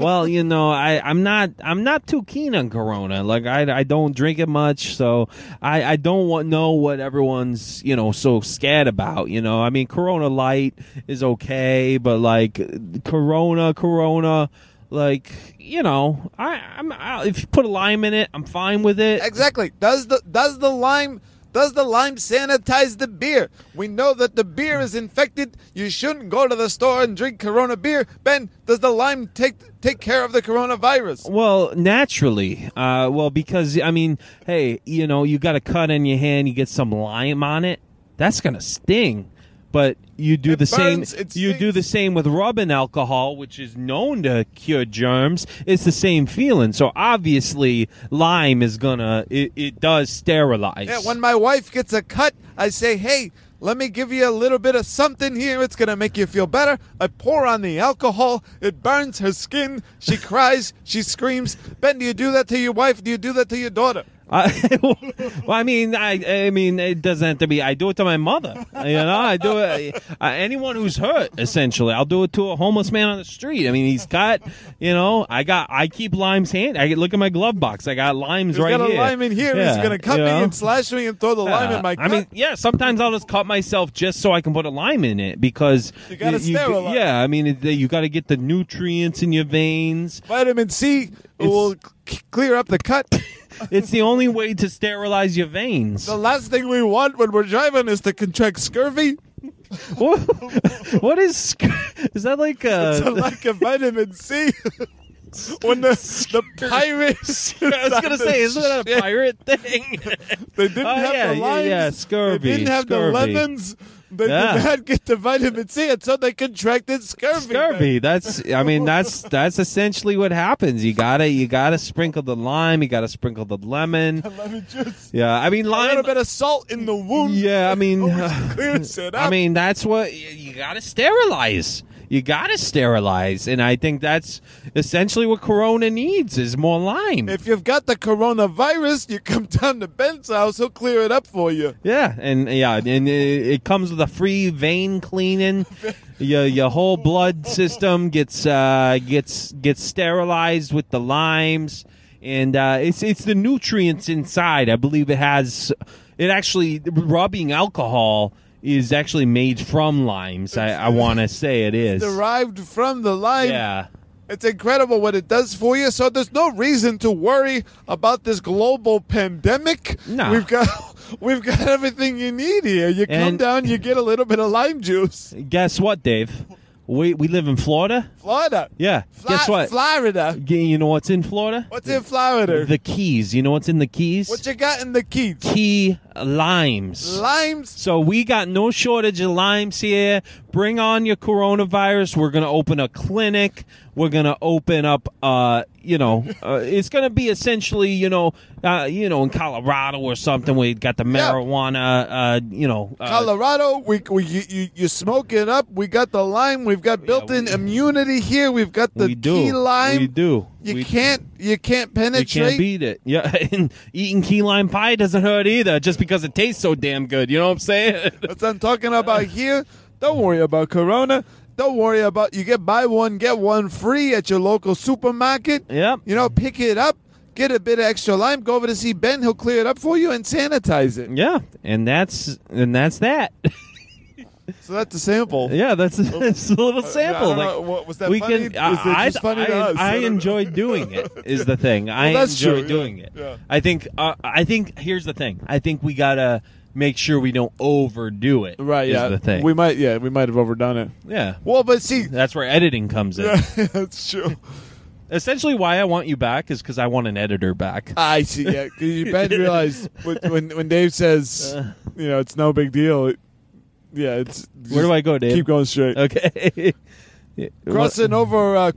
A: well, you know, I, I'm not I'm not too keen on Corona. Like I, I don't drink it much, so I, I don't want know what everyone's you know so scared about. You know, I mean, Corona Light is okay, but like Corona, Corona, like you know, I, I'm I, if you put a lime in it, I'm fine with it.
B: Exactly. Does the does the lime does the lime sanitize the beer? We know that the beer is infected. You shouldn't go to the store and drink Corona beer. Ben, does the lime take take care of the coronavirus?
A: Well, naturally. Uh, well, because I mean, hey, you know, you got a cut in your hand, you get some lime on it. That's gonna sting. But you do
B: It
A: the
B: burns,
A: same.
B: it
A: You do the
B: stings.
A: same with rubbing alcohol, which is known to cure germs. It's the same feeling. So obviously, lime is gonna. It, it does sterilize.
B: Yeah, when my wife gets a cut, I say, "Hey, let me give you a little bit of something here. It's going to make you feel better." I pour on the alcohol. It burns her skin. She cries, she screams. Ben, do you do that to your wife? Do you do that to your daughter?
A: I, well, I mean, I, I mean, it doesn't have to be. I do it to my mother. You know, I do it. Uh, anyone who's hurt, essentially, I'll do it to a homeless man on the street. I mean, he's got, you know, I got, I keep limes hand. I look at my glove box. I got limes
B: He's
A: right
B: got a
A: here.
B: lime in here. He's
A: Yeah,
B: gonna cut
A: you
B: me
A: know?
B: and slash me and throw the lime in
A: Uh,
B: my.
A: I mean,
B: cut.
A: yeah. Sometimes I'll just cut myself just so I can put a lime in it because
B: You gotta sterilize.
A: Yeah, I mean, it, you got to get the nutrients in your veins.
B: vitamin C will c- clear up the cut.
A: It's the only way to sterilize your veins.
B: the last thing we want when we're driving is to contract scurvy.
A: What- what is sc- is that like
B: It's a
A: uh
B: lack of vitamin C. when the the pirates,
A: I was gonna say, isn't that a pirate thing?
B: they didn't
A: Oh,
B: have
A: yeah,
B: the
A: yeah,
B: limes.
A: yeah,
B: They
A: scurvy,
B: didn't have
A: scurvy.
B: the lemons. They
A: Yeah.
B: did not get the vitamin C, and so they contracted scurvy.
A: Scurvy. That's I mean that's that's essentially what happens. You gotta you gotta sprinkle the lime. You gotta sprinkle the lemon.
B: Lemon juice.
A: Yeah, I mean
B: A
A: lime.
B: little bit of salt in the wound.
A: Yeah, I mean,
B: Always clears it
A: I
B: up.
A: mean that's what you, you gotta sterilize. You gotta sterilize, and I think that's essentially what Corona needs is more lime.
B: If you've got the coronavirus, you come down to Ben's house, he'll clear it up for you.
A: Yeah, and yeah, and it, it comes with a free vein cleaning. Your your whole blood system gets uh, gets gets sterilized with the limes, and uh, it's it's the nutrients inside. I believe it has. It actually rubbing alcohol is actually made from limes. I, I want to say it is.
B: Derived from the lime.
A: Yeah.
B: It's incredible what it does for you. So there's no reason to worry about this global pandemic.
A: No.
B: We've got we've got everything you need here. You come
A: And-
B: down, you get a little bit of lime juice.
A: Guess what, Dave? We we live in Florida.
B: Florida.
A: Yeah.
B: Fla-
A: Guess what?
B: Florida.
A: you know what's in Florida?
B: What's in Florida?
A: The Keys. You know what's in the Keys?
B: what you got in the keys?
A: key limes.
B: Limes.
A: so we got no shortage of limes here. Bring on your coronavirus. We're gonna open a clinic. We're gonna open up. Uh, you know, uh, it's gonna be essentially, you know, uh, you know, in Colorado or something. We got the marijuana. Uh, you know, uh,
B: Colorado, we, we you, you you smoke it up. We got the lime. We've got built-in
A: we-
B: immunity here. We've got the
A: we do.
B: key lime.
A: We do.
B: You
A: we
B: can't you can't
A: You
B: penetrate.
A: can't beat it. Yeah, and eating key lime pie doesn't hurt either, just because it tastes so damn good. You know what I'm saying?
B: That's what I'm talking about here. Don't worry about Corona. Don't worry about you get buy one get one free at your local supermarket.
A: Yep.
B: You know, pick it up, get a bit of extra lime. Go over to see Ben. He'll clear it up for you and sanitize it.
A: Yeah, and that's and that's that.
B: So that's a sample.
A: Yeah, that's, that's a little sample.
B: I don't
A: like,
B: know, what- was that
A: we
B: funny?
A: can.
B: Was that
A: I,
B: just funny
A: I,
B: to us? I
A: I
B: don't know.
A: enjoy doing it. Is the thing. I
B: that's
A: enjoy
B: true, yeah,
A: doing it.
B: yeah.
A: I think. Uh, I think. Here's the thing. I think we gotta make sure we don't overdo it.
B: Right.
A: Is
B: Yeah.
A: the thing.
B: We might. Yeah. We might have overdone it.
A: yeah.
B: Well, but see.
A: That's where editing comes in.
B: that's true.
A: Essentially, why I want you back is because I want an editor back.
B: I see. Yeah, 'cause you better realize when, when when Dave says,
A: Uh.
B: you know, it's no big deal. It, yeah, it's.
A: Where do I go, Dave?
B: Keep going straight.
A: Okay. Yeah,
B: Crossing over uh,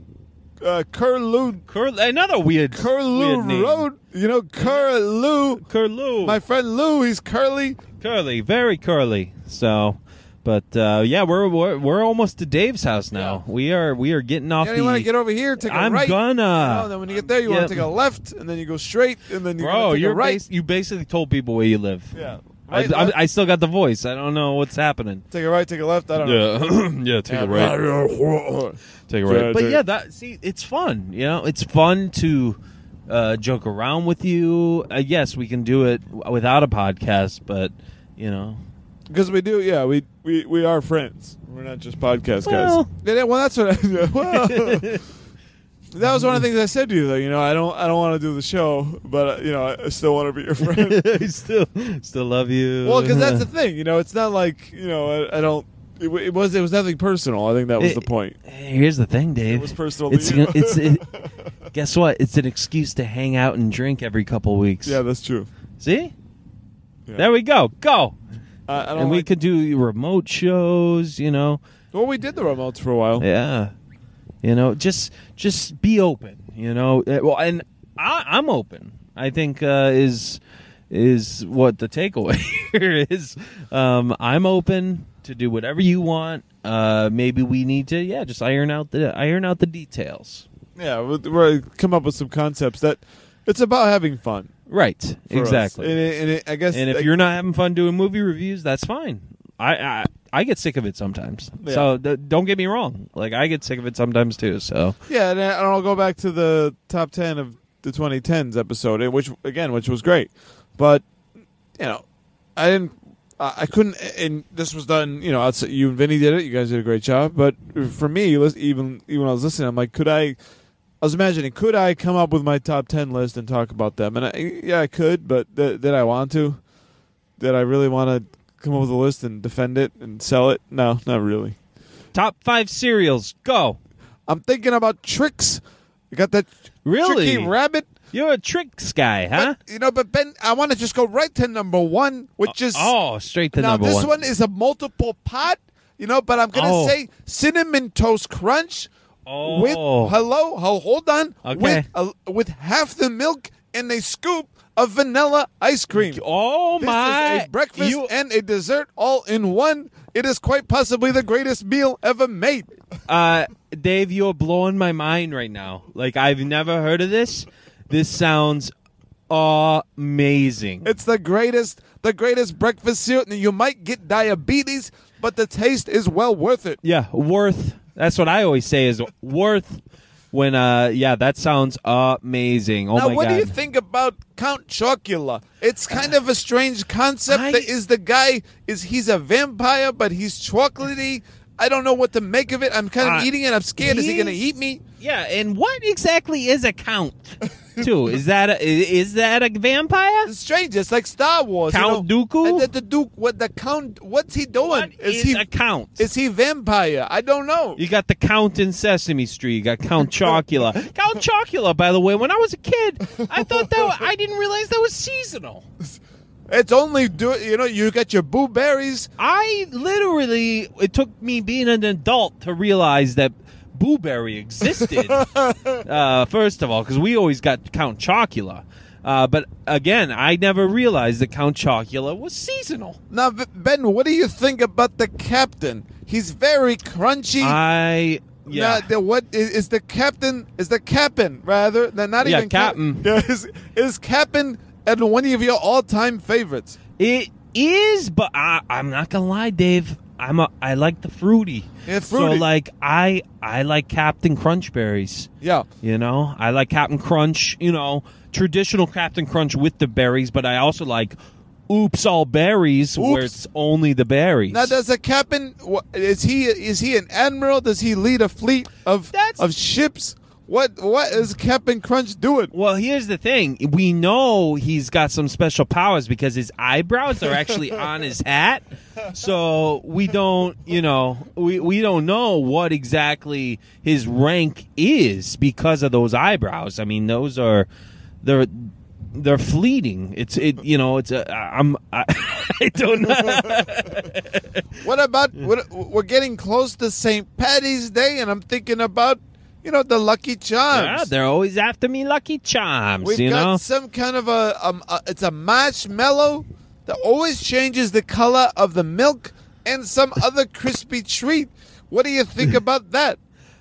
B: uh, Curlew
A: Curl- another weird
B: Curlew
A: weird name.
B: Road. You know, Curlew.
A: Curlew.
B: My friend Lou, he's curly.
A: curly, very curly. So, but uh, yeah, we're, we're we're almost to Dave's house now. We are we are getting off
B: You
A: the.
B: want to get over here, take a
A: I'm
B: right.
A: gonna.
B: No, then when you get there, you want
A: Yep.
B: to take a left, and then you go straight, and then you
A: Bro,
B: take
A: you're
B: a right.
A: bas- you basically told people where you live.
B: yeah,
A: I,
B: right,
A: I,
B: left.
A: I still got the voice. I don't know what's happening.
B: take a right, take a left. I don't know.
A: Yeah, yeah. Take a right. Take a
B: right.
A: But
B: Yeah,
A: yeah, that see, it's fun. You know, it's fun to uh, joke around with you. Uh, yes, we can do it w- without a podcast, but you know,
B: Because we do, yeah, we, we we are friends. We're not just podcast
A: Well-
B: guys. Yeah, yeah, well, that's what. I, yeah, well, that was one of the things I said to you, though. You know, I don't I don't want to do the show, but uh, you know, I, I still want to be your friend.
A: I still still love you.
B: well, because that's the thing. You know, it's not like you know I, I don't. It, wa- it was it was nothing personal. I think that was
A: It-
B: the point.
A: Here's the thing, Dave.
B: It was personal to
A: It's
B: you.
A: gonna- it's it, guess what? It's an excuse to hang out and drink every couple weeks.
B: Yeah, that's true.
A: See,
B: Yeah.
A: there we go. Go,
B: I, I don't.
A: and we
B: like-
A: could do remote shows. You know,
B: well, we did the remotes for a while.
A: yeah, you know, just just be open. You know, Uh, well, and I, I'm open. I think uh, is is what the takeaway here is. Um, I'm open to do whatever you want. Uh, maybe we need to, yeah, just iron out the iron out the details.
B: Yeah, we- we're come up with some concepts that it's about having fun.
A: Right.
B: for us.
A: Exactly.
B: And, it, and it, I guess
A: And if
B: like,
A: you're not having fun doing movie reviews, that's fine. I I, I get sick of it sometimes.
B: Yeah.
A: So th- don't get me wrong. Like I get sick of it sometimes too. So
B: yeah, and I- and I'll go back to the top ten of the 2010s episode, eh, which again, which was great, but you know, I didn't, I, I couldn't, and this was done. You know, outside, you and Vinny did it. You guys did a great job, but for me, lis- even even when I was listening, I'm like, could I? I was imagining, could I come up with my top ten list and talk about them? And I, yeah, I could, but th- did I want to? Did I really want to come up with a list and defend it and sell it? No, not really.
A: top five cereals. Go.
B: I'm thinking about tricks. You got that
A: Really?
B: tricky rabbit?
A: You're a tricks guy, huh?
B: But, you know, but Ben, I want to just go right to number one, which is
A: oh, straight to
B: now
A: number
B: this
A: one.
B: one. is a multiple pot. You know, but I'm gonna
A: Oh.
B: say cinnamon toast crunch
A: Oh.
B: with hello, ho- hold on,
A: Okay.
B: with a, with half the milk and a scoop of vanilla ice cream.
A: Oh
B: This
A: my!
B: is a breakfast
A: You-
B: and a dessert all in one. It is quite possibly the greatest meal ever made.
A: uh, Dave, you're blowing my mind right now. Like I've never heard of this. This sounds amazing.
B: It's the greatest, the greatest breakfast cereal. You might get diabetes, but the taste is well worth it.
A: yeah, worth. That's what I always say is worth. When uh, yeah, that sounds amazing. Oh
B: now,
A: my
B: what
A: god!
B: do you think about Count Chocula? It's kind of a strange concept.
A: I-
B: that is the guy is he's a vampire, but he's chocolatey. I don't know what to make of it. I'm kind of
A: Uh,
B: eating it. I'm scared. Is he going to
A: he's-
B: eat me?
A: Yeah, and what exactly is a count? Too is that a, i- is that a vampire?
B: It's strange. It's like Star Wars. you
A: Count
B: know?
A: Dooku?
B: And that the Duke, what the Count? What's he doing?
A: What is,
B: he
A: a count?
B: is he vampire? I don't know.
A: You got the Count in Sesame Street. You got Count Chocula. Count Chocula, by the way, when I was a kid, I thought that wa- I didn't realize that was seasonal.
B: It's only do you know you got your boo berries.
A: I literally, it took me being an adult to realize that Booberry existed. uh, first of all, because we always got Count Chocula. Uh, but again, I never realized that Count Chocula was seasonal.
B: Now, V- Ben, what do you think about the captain? He's very crunchy.
A: I Ah, yeah.
B: Now, the, what is, is the captain? Is the captain rather? No, not
A: Yeah,
B: even cap-
A: captain.
B: Yeah, is, is captain and one of your all-time favorites?
A: It is, but I, I'm not gonna lie, Dave. I'm a I like the fruity.
B: Yeah,
A: So
B: fruity.
A: like I I like Captain Crunch berries.
B: Yeah.
A: You know, I like Captain Crunch. You know, traditional Captain Crunch with the berries, but I also like Oops All Berries, where
B: Oops.
A: it's only the berries.
B: Now, does the captain? wha- Is he? Is he an admiral? Does he lead a fleet of
A: That's-
B: of ships? What What is Captain Crunch doing?
A: well, here's the thing. We know he's got some special powers because his eyebrows are actually on his hat. So we don't, you know, we, we don't know what exactly his rank is because of those eyebrows. I mean, those are they're they're fleeting. It's it, you know, it's a, I'm I, I don't know.
B: What about what, we're getting close to St. Patty's Day, and I'm thinking about you know the Lucky Charms.
A: Yeah, they're always after me Lucky Charms,
B: We've
A: you
B: got
A: know.
B: some kind of a, um, a it's a marshmallow that always changes the color of the milk and some other crispy treat. What do you think about that?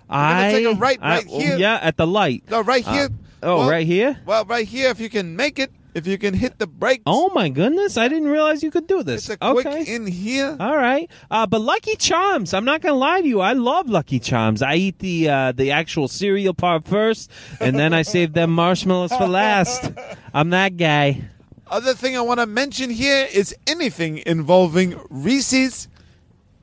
B: gonna
A: I
B: take a right-
A: I-
B: right here.
A: Yeah, at the light.
B: No, right here.
A: Oh,
B: well-
A: right here.
B: Well, right here. If you can make it, if you can hit the brakes,
A: Oh my goodness! I didn't realize you could do
B: it's
A: this.
B: a quick
A: okay.
B: in here.
A: All right. Uh, but Lucky Charms, I'm not gonna lie to you. I love Lucky Charms. I eat the uh, the actual cereal part first, and then I save them marshmallows for last. I'm that guy.
B: Other thing I want to mention here is anything involving Reese's,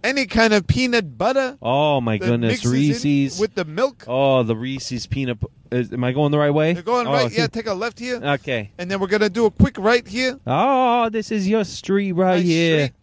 B: any kind of peanut butter.
A: Oh my
B: that
A: goodness,
B: mixes in
A: Reese's.
B: with the milk.
A: oh, the Reese's peanut. pu- Is, am I going the right way?
B: You're going
A: Oh, Uh.
B: right.
A: I
B: Yeah,
A: think-
B: take a left here,
A: Okay.
B: and then we're gonna do a quick right here.
A: Oh, this is your street right
B: My
A: here.
B: street.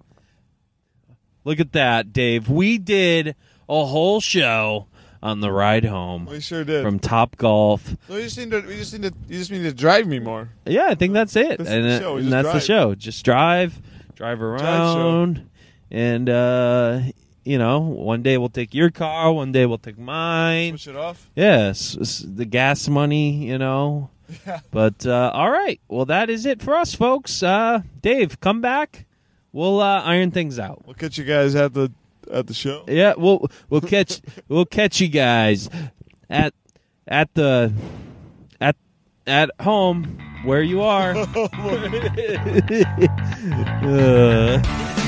A: Look at that, Dave. We did a whole show on the ride home
B: We sure did.
A: from Top Golf.
B: No, you just need to. You just need to. You just need to drive me more.
A: Yeah, I think that's it.
B: That's
A: and
B: the
A: uh,
B: show.
A: and
B: Just
A: that's the
B: drive.
A: show. Just drive, drive
B: show.
A: around, and uh, you know, one day we'll take your car, one day we'll take mine.
B: Push it off.
A: Yes, the gas money, you know. But uh, all right, well, that is it for us, folks. Uh, Dave, come back. We'll uh, iron things out.
B: We'll catch you guys at the at the show.
A: Yeah, we'll we'll catch we'll catch you guys at at the at at home. where you are. Uh.